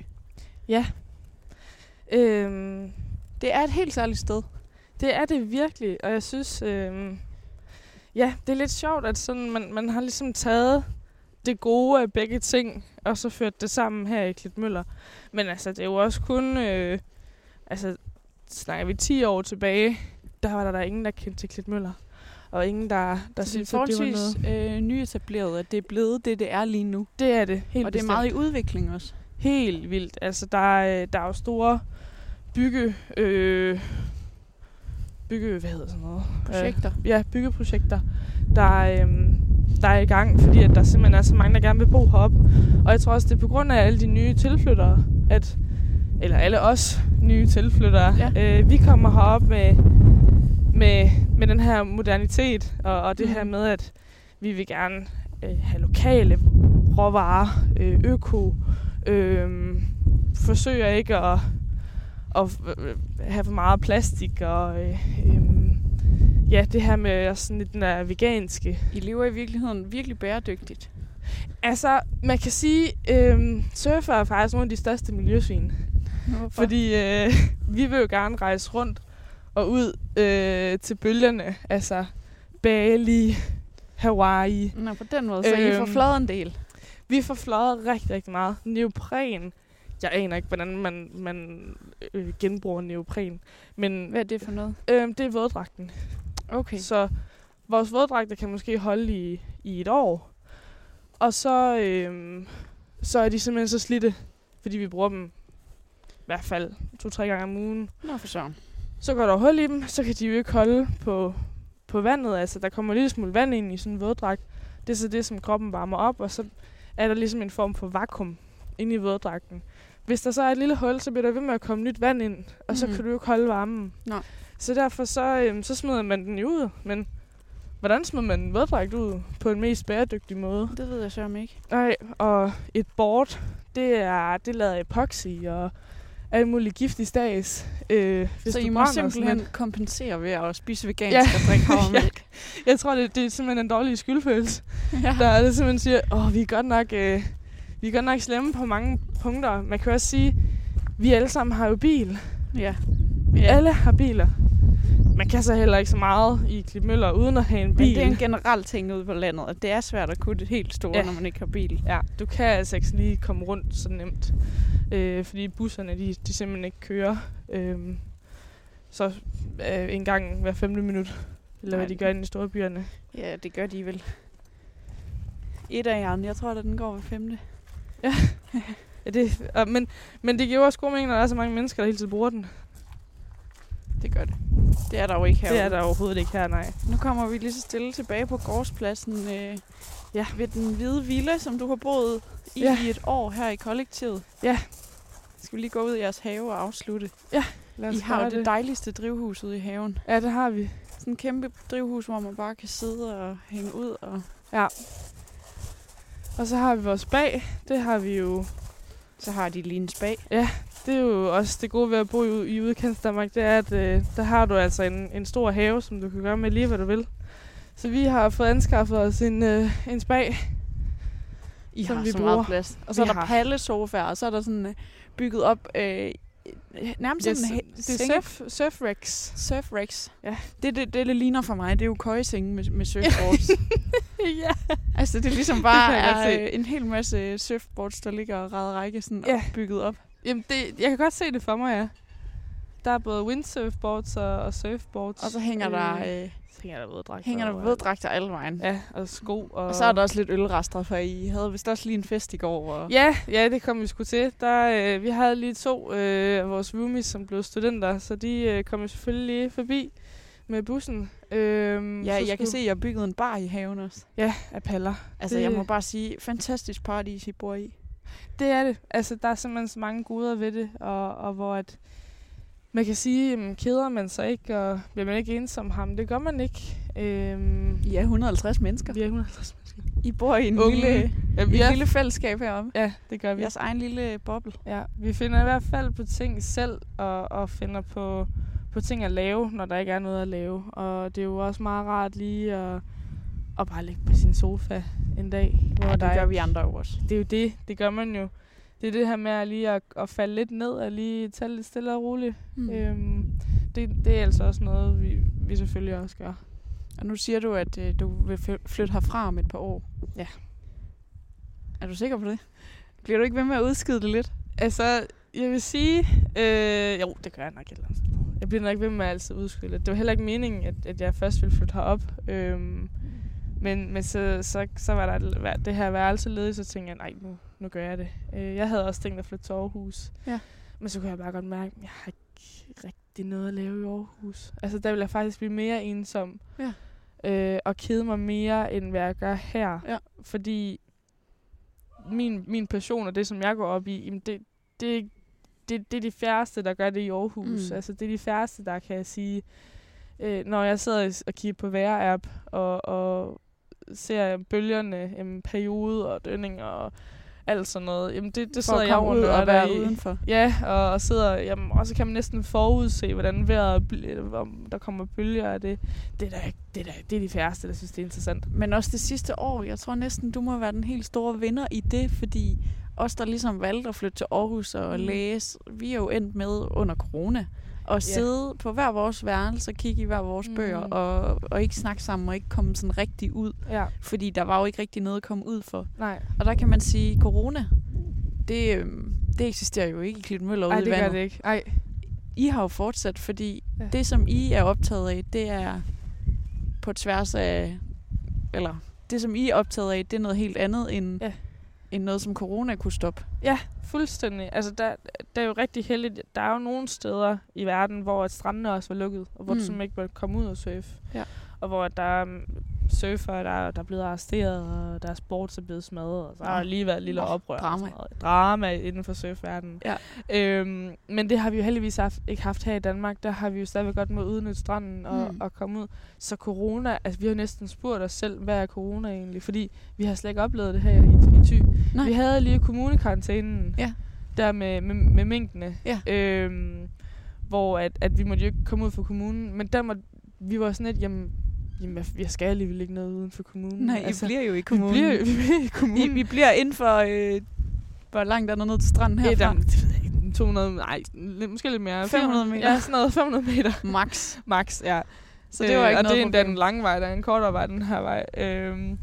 Speaker 2: Øhm,
Speaker 1: Det er et helt særligt sted.
Speaker 2: Det er det virkelig, og jeg synes, øh, ja, det er lidt sjovt, at sådan, man, man har ligesom taget det gode af begge ting, og så ført det sammen her i Klitmøller. Men altså, det er jo også kun, øh, altså, snakker vi 10 år tilbage, der var der, der ingen, der kendte til Klitmøller. Og ingen, der, der
Speaker 1: Så det
Speaker 2: synes,
Speaker 1: er
Speaker 2: at det var
Speaker 1: forholdsvis
Speaker 2: noget.
Speaker 1: øh, nyetableret, at det er blevet det, det er lige nu.
Speaker 2: Det er det, helt
Speaker 1: og det er
Speaker 2: bestemt.
Speaker 1: meget i udvikling også.
Speaker 2: Helt vildt. Altså, der er, øh, der er jo store bygge... Øh, bygge... Hvad hedder sådan noget? Øh,
Speaker 1: Projekter.
Speaker 2: ja, byggeprojekter, der, øhm, der er i gang, fordi at der simpelthen er så mange, der gerne vil bo heroppe. Og jeg tror også, det er på grund af alle de nye tilflyttere, at, eller alle os nye tilflyttere, ja. øh, vi kommer herop med, med, med den her modernitet, og, og det mm. her
Speaker 1: Mhm.
Speaker 2: med, at vi vil gerne øh, have lokale råvarer, øh, øko, øh, forsøger ikke at, at øh, have for meget plastik, og øh, øh, ja, det her med også sådan lidt den der veganske
Speaker 1: I lever i virkeligheden virkelig bæredygtigt.
Speaker 2: Altså, man kan sige, øhm, surfer er faktisk nogle af de største miljøsvin.
Speaker 1: Hvorfor?
Speaker 2: Fordi øh, [laughs] vi vil jo gerne rejse rundt og ud øh, til bølgerne. Altså, Bali, Hawaii.
Speaker 1: Nå, på den måde, så øhm. I
Speaker 2: Øhm.
Speaker 1: får flad en del.
Speaker 2: Vi får fløjet rigtig, rigtig meget. Neopren. Jeg aner ikke, hvordan man, man øh, genbruger neopren. Men
Speaker 1: Hvad er det for noget?
Speaker 2: øh, det er våddragten.
Speaker 1: Okay.
Speaker 2: Så vores våddragter kan måske holde i, i et år. Og så, øhm, så er de simpelthen så slidte, fordi vi bruger dem i hvert fald to-tre gange om ugen.
Speaker 1: Nå for søren.
Speaker 2: Så går der hul i dem, så kan de jo ikke holde på, på vandet. Altså, der kommer en lille smule vand ind i sådan en våddragt. Det er så det, som kroppen varmer op, og så er der ligesom en form for vakuum inde i våddragten. Hvis der så er et lille hul, så bliver der ved med at komme nyt vand ind, og så
Speaker 1: Mhm.
Speaker 2: kan du jo ikke holde varmen.
Speaker 1: Nej.
Speaker 2: Så derfor så, øhm, så smider man den jo ud, men hvordan smider man en våddragt ud på en mest bæredygtig måde?
Speaker 1: Det ved jeg så om ikke.
Speaker 2: Nej, og et board, det er det er lavet af epoxy og alle mulige giftige stags. Øh, hvis
Speaker 1: så
Speaker 2: du
Speaker 1: I må
Speaker 2: brænder sådan
Speaker 1: simpelthen
Speaker 2: et-
Speaker 1: kompensere ved at spise vegansk
Speaker 2: Ja.
Speaker 1: og drikke [laughs] havremælk.
Speaker 2: Jeg tror, det, det er simpelthen en dårlig skyldfølelse.
Speaker 1: ja.
Speaker 2: Der er det simpelthen siger, åh, vi er godt nok, øh, vi er godt nok slemme på mange punkter. Man kan også sige, vi alle sammen har jo bil.
Speaker 1: ja.
Speaker 2: Vi ja. alle har biler. Man kan så heller ikke så meget i Klitmøller uden at have en
Speaker 1: Men
Speaker 2: bil.
Speaker 1: det er en generel ting ude på landet, og det er svært at kunne det helt store,
Speaker 2: Ja.
Speaker 1: ja. når man ikke har bil.
Speaker 2: Ja, du kan altså ikke lige komme rundt så nemt, øh, fordi busserne de, de simpelthen ikke kører. Øh, så øh, en gang hver femte minut, eller
Speaker 1: Nej.
Speaker 2: hvad de gør inde i de store byerne.
Speaker 1: Ja, det gør de vel. Et af jern. Jeg tror, at den går ved femte.
Speaker 2: Ja, det, og, men, men det giver jo også god mening, når der er så mange mennesker, der hele tiden bruger den.
Speaker 1: Det gør det. Det er der jo ikke herude.
Speaker 2: Det er der overhovedet ikke her, nej.
Speaker 1: Nu kommer vi lige så stille tilbage på gårdspladsen øh, ja. ved den hvide villa, som du har boet i
Speaker 2: Ja.
Speaker 1: ja. i et år her i kollektivet.
Speaker 2: Ja.
Speaker 1: Skal vi lige gå ud i jeres have og afslutte?
Speaker 2: Lad
Speaker 1: I har jo
Speaker 2: gøre
Speaker 1: det dejligste drivhus ude i haven.
Speaker 2: Ja, det har vi.
Speaker 1: Sådan en kæmpe drivhus, hvor man bare kan sidde og hænge ud. Og
Speaker 2: Og så har vi vores bag. Det har vi jo.
Speaker 1: så har de lige en spag.
Speaker 2: Det er jo også det gode ved at bo i, u- i udkants Danmark, det er, at øh, der har du altså en, en stor have, som du kan gøre med lige, hvad du vil. Så vi har fået anskaffet os en, øh, en spag.
Speaker 1: I
Speaker 2: Som
Speaker 1: har
Speaker 2: vi
Speaker 1: så
Speaker 2: bruger.
Speaker 1: meget plads. Og så
Speaker 2: Vi
Speaker 1: er der
Speaker 2: har.
Speaker 1: pallesofaer, og så er der sådan øh, bygget op øh, øh, nærmest
Speaker 2: Det er,
Speaker 1: yes.
Speaker 2: s-
Speaker 1: sådan
Speaker 2: det er surf, surf wrecks.
Speaker 1: surf wrecks.
Speaker 2: Ja.
Speaker 1: Det, det, det, det ligner for mig, det er jo køjesenge med, med
Speaker 2: [laughs]
Speaker 1: surfboards.
Speaker 2: ja.
Speaker 1: altså [laughs] det er ligesom
Speaker 2: Det
Speaker 1: bare
Speaker 2: kan jeg godt
Speaker 1: er,
Speaker 2: se.
Speaker 1: øh, en hel masse surfboards, der ligger og ræder række sådan
Speaker 2: Ja.
Speaker 1: ja. bygget op.
Speaker 2: Jamen, det, jeg kan godt se det for mig, ja. Der er både windsurfboards og, og surfboards.
Speaker 1: Og så hænger
Speaker 2: Øh,
Speaker 1: der, øh,
Speaker 2: så hænger der veddragter.
Speaker 1: hænger der
Speaker 2: overalt.
Speaker 1: veddragter alle vejen.
Speaker 2: Ja, og sko. Og,
Speaker 1: Og så er der også lidt ølrester, for I havde vist også lige en fest i går. Og...
Speaker 2: Ja, ja, det kom vi sgu til. Der, øh, vi havde lige to øh, af vores roomies, som blev studenter, så de øh, kom jo selvfølgelig lige forbi med bussen. Øh,
Speaker 1: Ja, jeg kan se, at jeg har bygget en bar i haven også.
Speaker 2: Ja, af paller.
Speaker 1: Altså,
Speaker 2: Det-
Speaker 1: jeg må bare sige, fantastisk paradis, I bor i.
Speaker 2: Det er det. Altså, der er simpelthen så mange goder ved det, og, og hvor at man kan sige, jamen, keder man sig ikke, og bliver man ikke ensom ham. Det gør man ikke. Øhm,
Speaker 1: I er 150 mennesker.
Speaker 2: vi er 150
Speaker 1: I bor i en
Speaker 2: Unge.
Speaker 1: lille,
Speaker 2: ja,
Speaker 1: et
Speaker 2: vi er,
Speaker 1: lille fællesskab heroppe.
Speaker 2: ja, det gør vi.
Speaker 1: Jeres egen lille boble.
Speaker 2: Ja, vi finder i hvert fald på ting selv, og, og finder på, på ting at lave, når der ikke er noget at lave. Og det er jo også meget rart lige at, at bare ligge på sin sofa en dag. Hvor der
Speaker 1: det gør
Speaker 2: ikke-
Speaker 1: vi andre jo også.
Speaker 2: Det er jo det, det gør man jo. Det er det her med at lige at, at falde lidt ned og lige tage lidt stille og roligt.
Speaker 1: Hmm.
Speaker 2: Mm.
Speaker 1: Øh,
Speaker 2: Øhm, det, det er altså også noget, vi, vi selvfølgelig også gør.
Speaker 1: Og nu siger du, at øh, du vil fø- flytte herfra om et par år.
Speaker 2: Ja.
Speaker 1: Er du sikker på det? Bliver du ikke ved med at udskide det lidt?
Speaker 2: Altså, jeg vil sige... Øh, jo, det gør jeg nok et eller andet sted. Jeg bliver nok ved med at altid udskylde lidt. Det var heller ikke meningen, at, at jeg først ville flytte herop. Øhm, men men så, så, så var der et væ- det her værelse ledigt, så tænkte jeg, nej, nu, nu gør jeg det. Øh, jeg havde også tænkt at flytte til Aarhus.
Speaker 1: Ja.
Speaker 2: Men så kunne jeg bare godt mærke, at jeg har ikke rigtig noget at lave i Aarhus. Altså, der ville jeg faktisk blive mere ensom.
Speaker 1: Ja.
Speaker 2: Øh, og kede mig mere, end hvad jeg gør her.
Speaker 1: Ja.
Speaker 2: Fordi min, min passion og det, som jeg går op i, jamen det, det, er ikke- det, det er de færreste, der gør det i Aarhus.
Speaker 1: Mm.
Speaker 2: Mm. Altså, det er de færreste, der kan sige, øh, når jeg sidder i s- og kigger på vejr-app og, og ser bølgerne, jamen, periode og dønning og alt sådan noget, jamen det, det sidder jeg rundt og der i.
Speaker 1: udenfor.
Speaker 2: Ja, og, og sidder, jamen, og så kan man næsten forudse, hvordan vejret, bl- om der kommer bølger af det. Det er, da, ikke- det, er da, det er de færreste, der synes, det er interessant.
Speaker 1: Men også det sidste år, jeg tror næsten, du må være den helt store vinder i det, fordi os, der ligesom valgte at flytte til Aarhus og
Speaker 2: Mm.
Speaker 1: læse, vi er jo endt med under corona at
Speaker 2: Ja.
Speaker 1: sidde på hver vores værelse og kigge i hver vores
Speaker 2: Mm.
Speaker 1: mm. bøger og, og ikke snakke sammen og ikke komme sådan rigtig ud,
Speaker 2: Ja,
Speaker 1: fordi der var jo ikke rigtig noget at komme ud for.
Speaker 2: nej.
Speaker 1: Og der kan man sige, corona, det, øhm, det eksisterer jo ikke i Klitmøller
Speaker 2: Nej,
Speaker 1: ude i
Speaker 2: det gør
Speaker 1: vandet.
Speaker 2: det ikke. Nej,
Speaker 1: I har jo fortsat, fordi
Speaker 2: Ja.
Speaker 1: ja. det, som I er optaget af, det er på tværs af... Eller det, som I er optaget af, det er noget helt andet end,
Speaker 2: Ja.
Speaker 1: ja. end noget, som corona kunne stoppe.
Speaker 2: Ja, fuldstændig. Altså, der, der er jo rigtig heldigt. Der er jo nogle steder i verden, hvor at strandene også var lukket, og hvor mm.
Speaker 1: Mm.
Speaker 2: du simpelthen ikke måtte komme ud og surfe.
Speaker 1: Ja.
Speaker 2: Og hvor at der er mm, surfere, der, der er blevet arresteret, og deres sports er blevet smadret, og så har
Speaker 1: Nå.
Speaker 2: der lige været et lille
Speaker 1: Nå,
Speaker 2: oprør. og
Speaker 1: drama.
Speaker 2: sådan noget. Drama inden for surfverdenen.
Speaker 1: Ja.
Speaker 2: Øhm, men det har vi jo heldigvis haft, ikke haft her i Danmark. Der har vi jo stadigvæk godt må udnytte stranden og, mm.
Speaker 1: Mm.
Speaker 2: og komme ud. Så corona, altså vi har jo næsten spurgt os selv, hvad er corona egentlig? Fordi vi har slet ikke oplevet det her i, i Thy.
Speaker 1: Nej.
Speaker 2: Vi havde lige kommunekarantænen
Speaker 1: Ja.
Speaker 2: der med, med, med minkene,
Speaker 1: Ja.
Speaker 2: øhm, hvor at, at vi måtte jo ikke komme ud for kommunen, men der måtte, vi var sådan lidt, jamen, jamen jeg, jeg skal alligevel ikke noget uden for kommunen. Altså,
Speaker 1: bliver jo i
Speaker 2: Mm, vi bliver jo vi er i
Speaker 1: I,
Speaker 2: kommunen.
Speaker 1: vi bliver inden for... Øh, hvor langt er der ned til stranden
Speaker 2: Et,
Speaker 1: herfra?
Speaker 2: om, det ved jeg ikke, 200, nej, lidt- måske lidt mere.
Speaker 1: 500 meter.
Speaker 2: Ja, sådan noget, 500 meter
Speaker 1: Max.
Speaker 2: max, ja. Øh,
Speaker 1: Så det var ikke
Speaker 2: og
Speaker 1: noget
Speaker 2: det er endda
Speaker 1: problem.
Speaker 2: den lange vej, der er en kortere vej, den her vej. Øhm,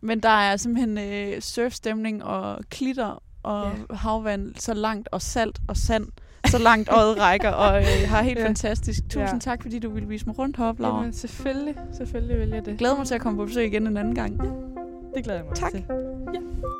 Speaker 1: Men der er simpelthen øh, surfstemning og klitter og ja. havvand så langt, og salt og sand, så langt
Speaker 2: [laughs]
Speaker 1: øjet rækker, og øh, har helt
Speaker 2: Ja.
Speaker 1: ja. fantastisk. Tusind
Speaker 2: Ja.
Speaker 1: ja. tak, fordi du ville vise mig rundt heroppe, Laura.
Speaker 2: jamen, selvfølgelig, selvfølgelig vil jeg det.
Speaker 1: Glæder mig til at komme på besøg igen en anden gang.
Speaker 2: Det glæder jeg mig
Speaker 1: Tak.
Speaker 2: til.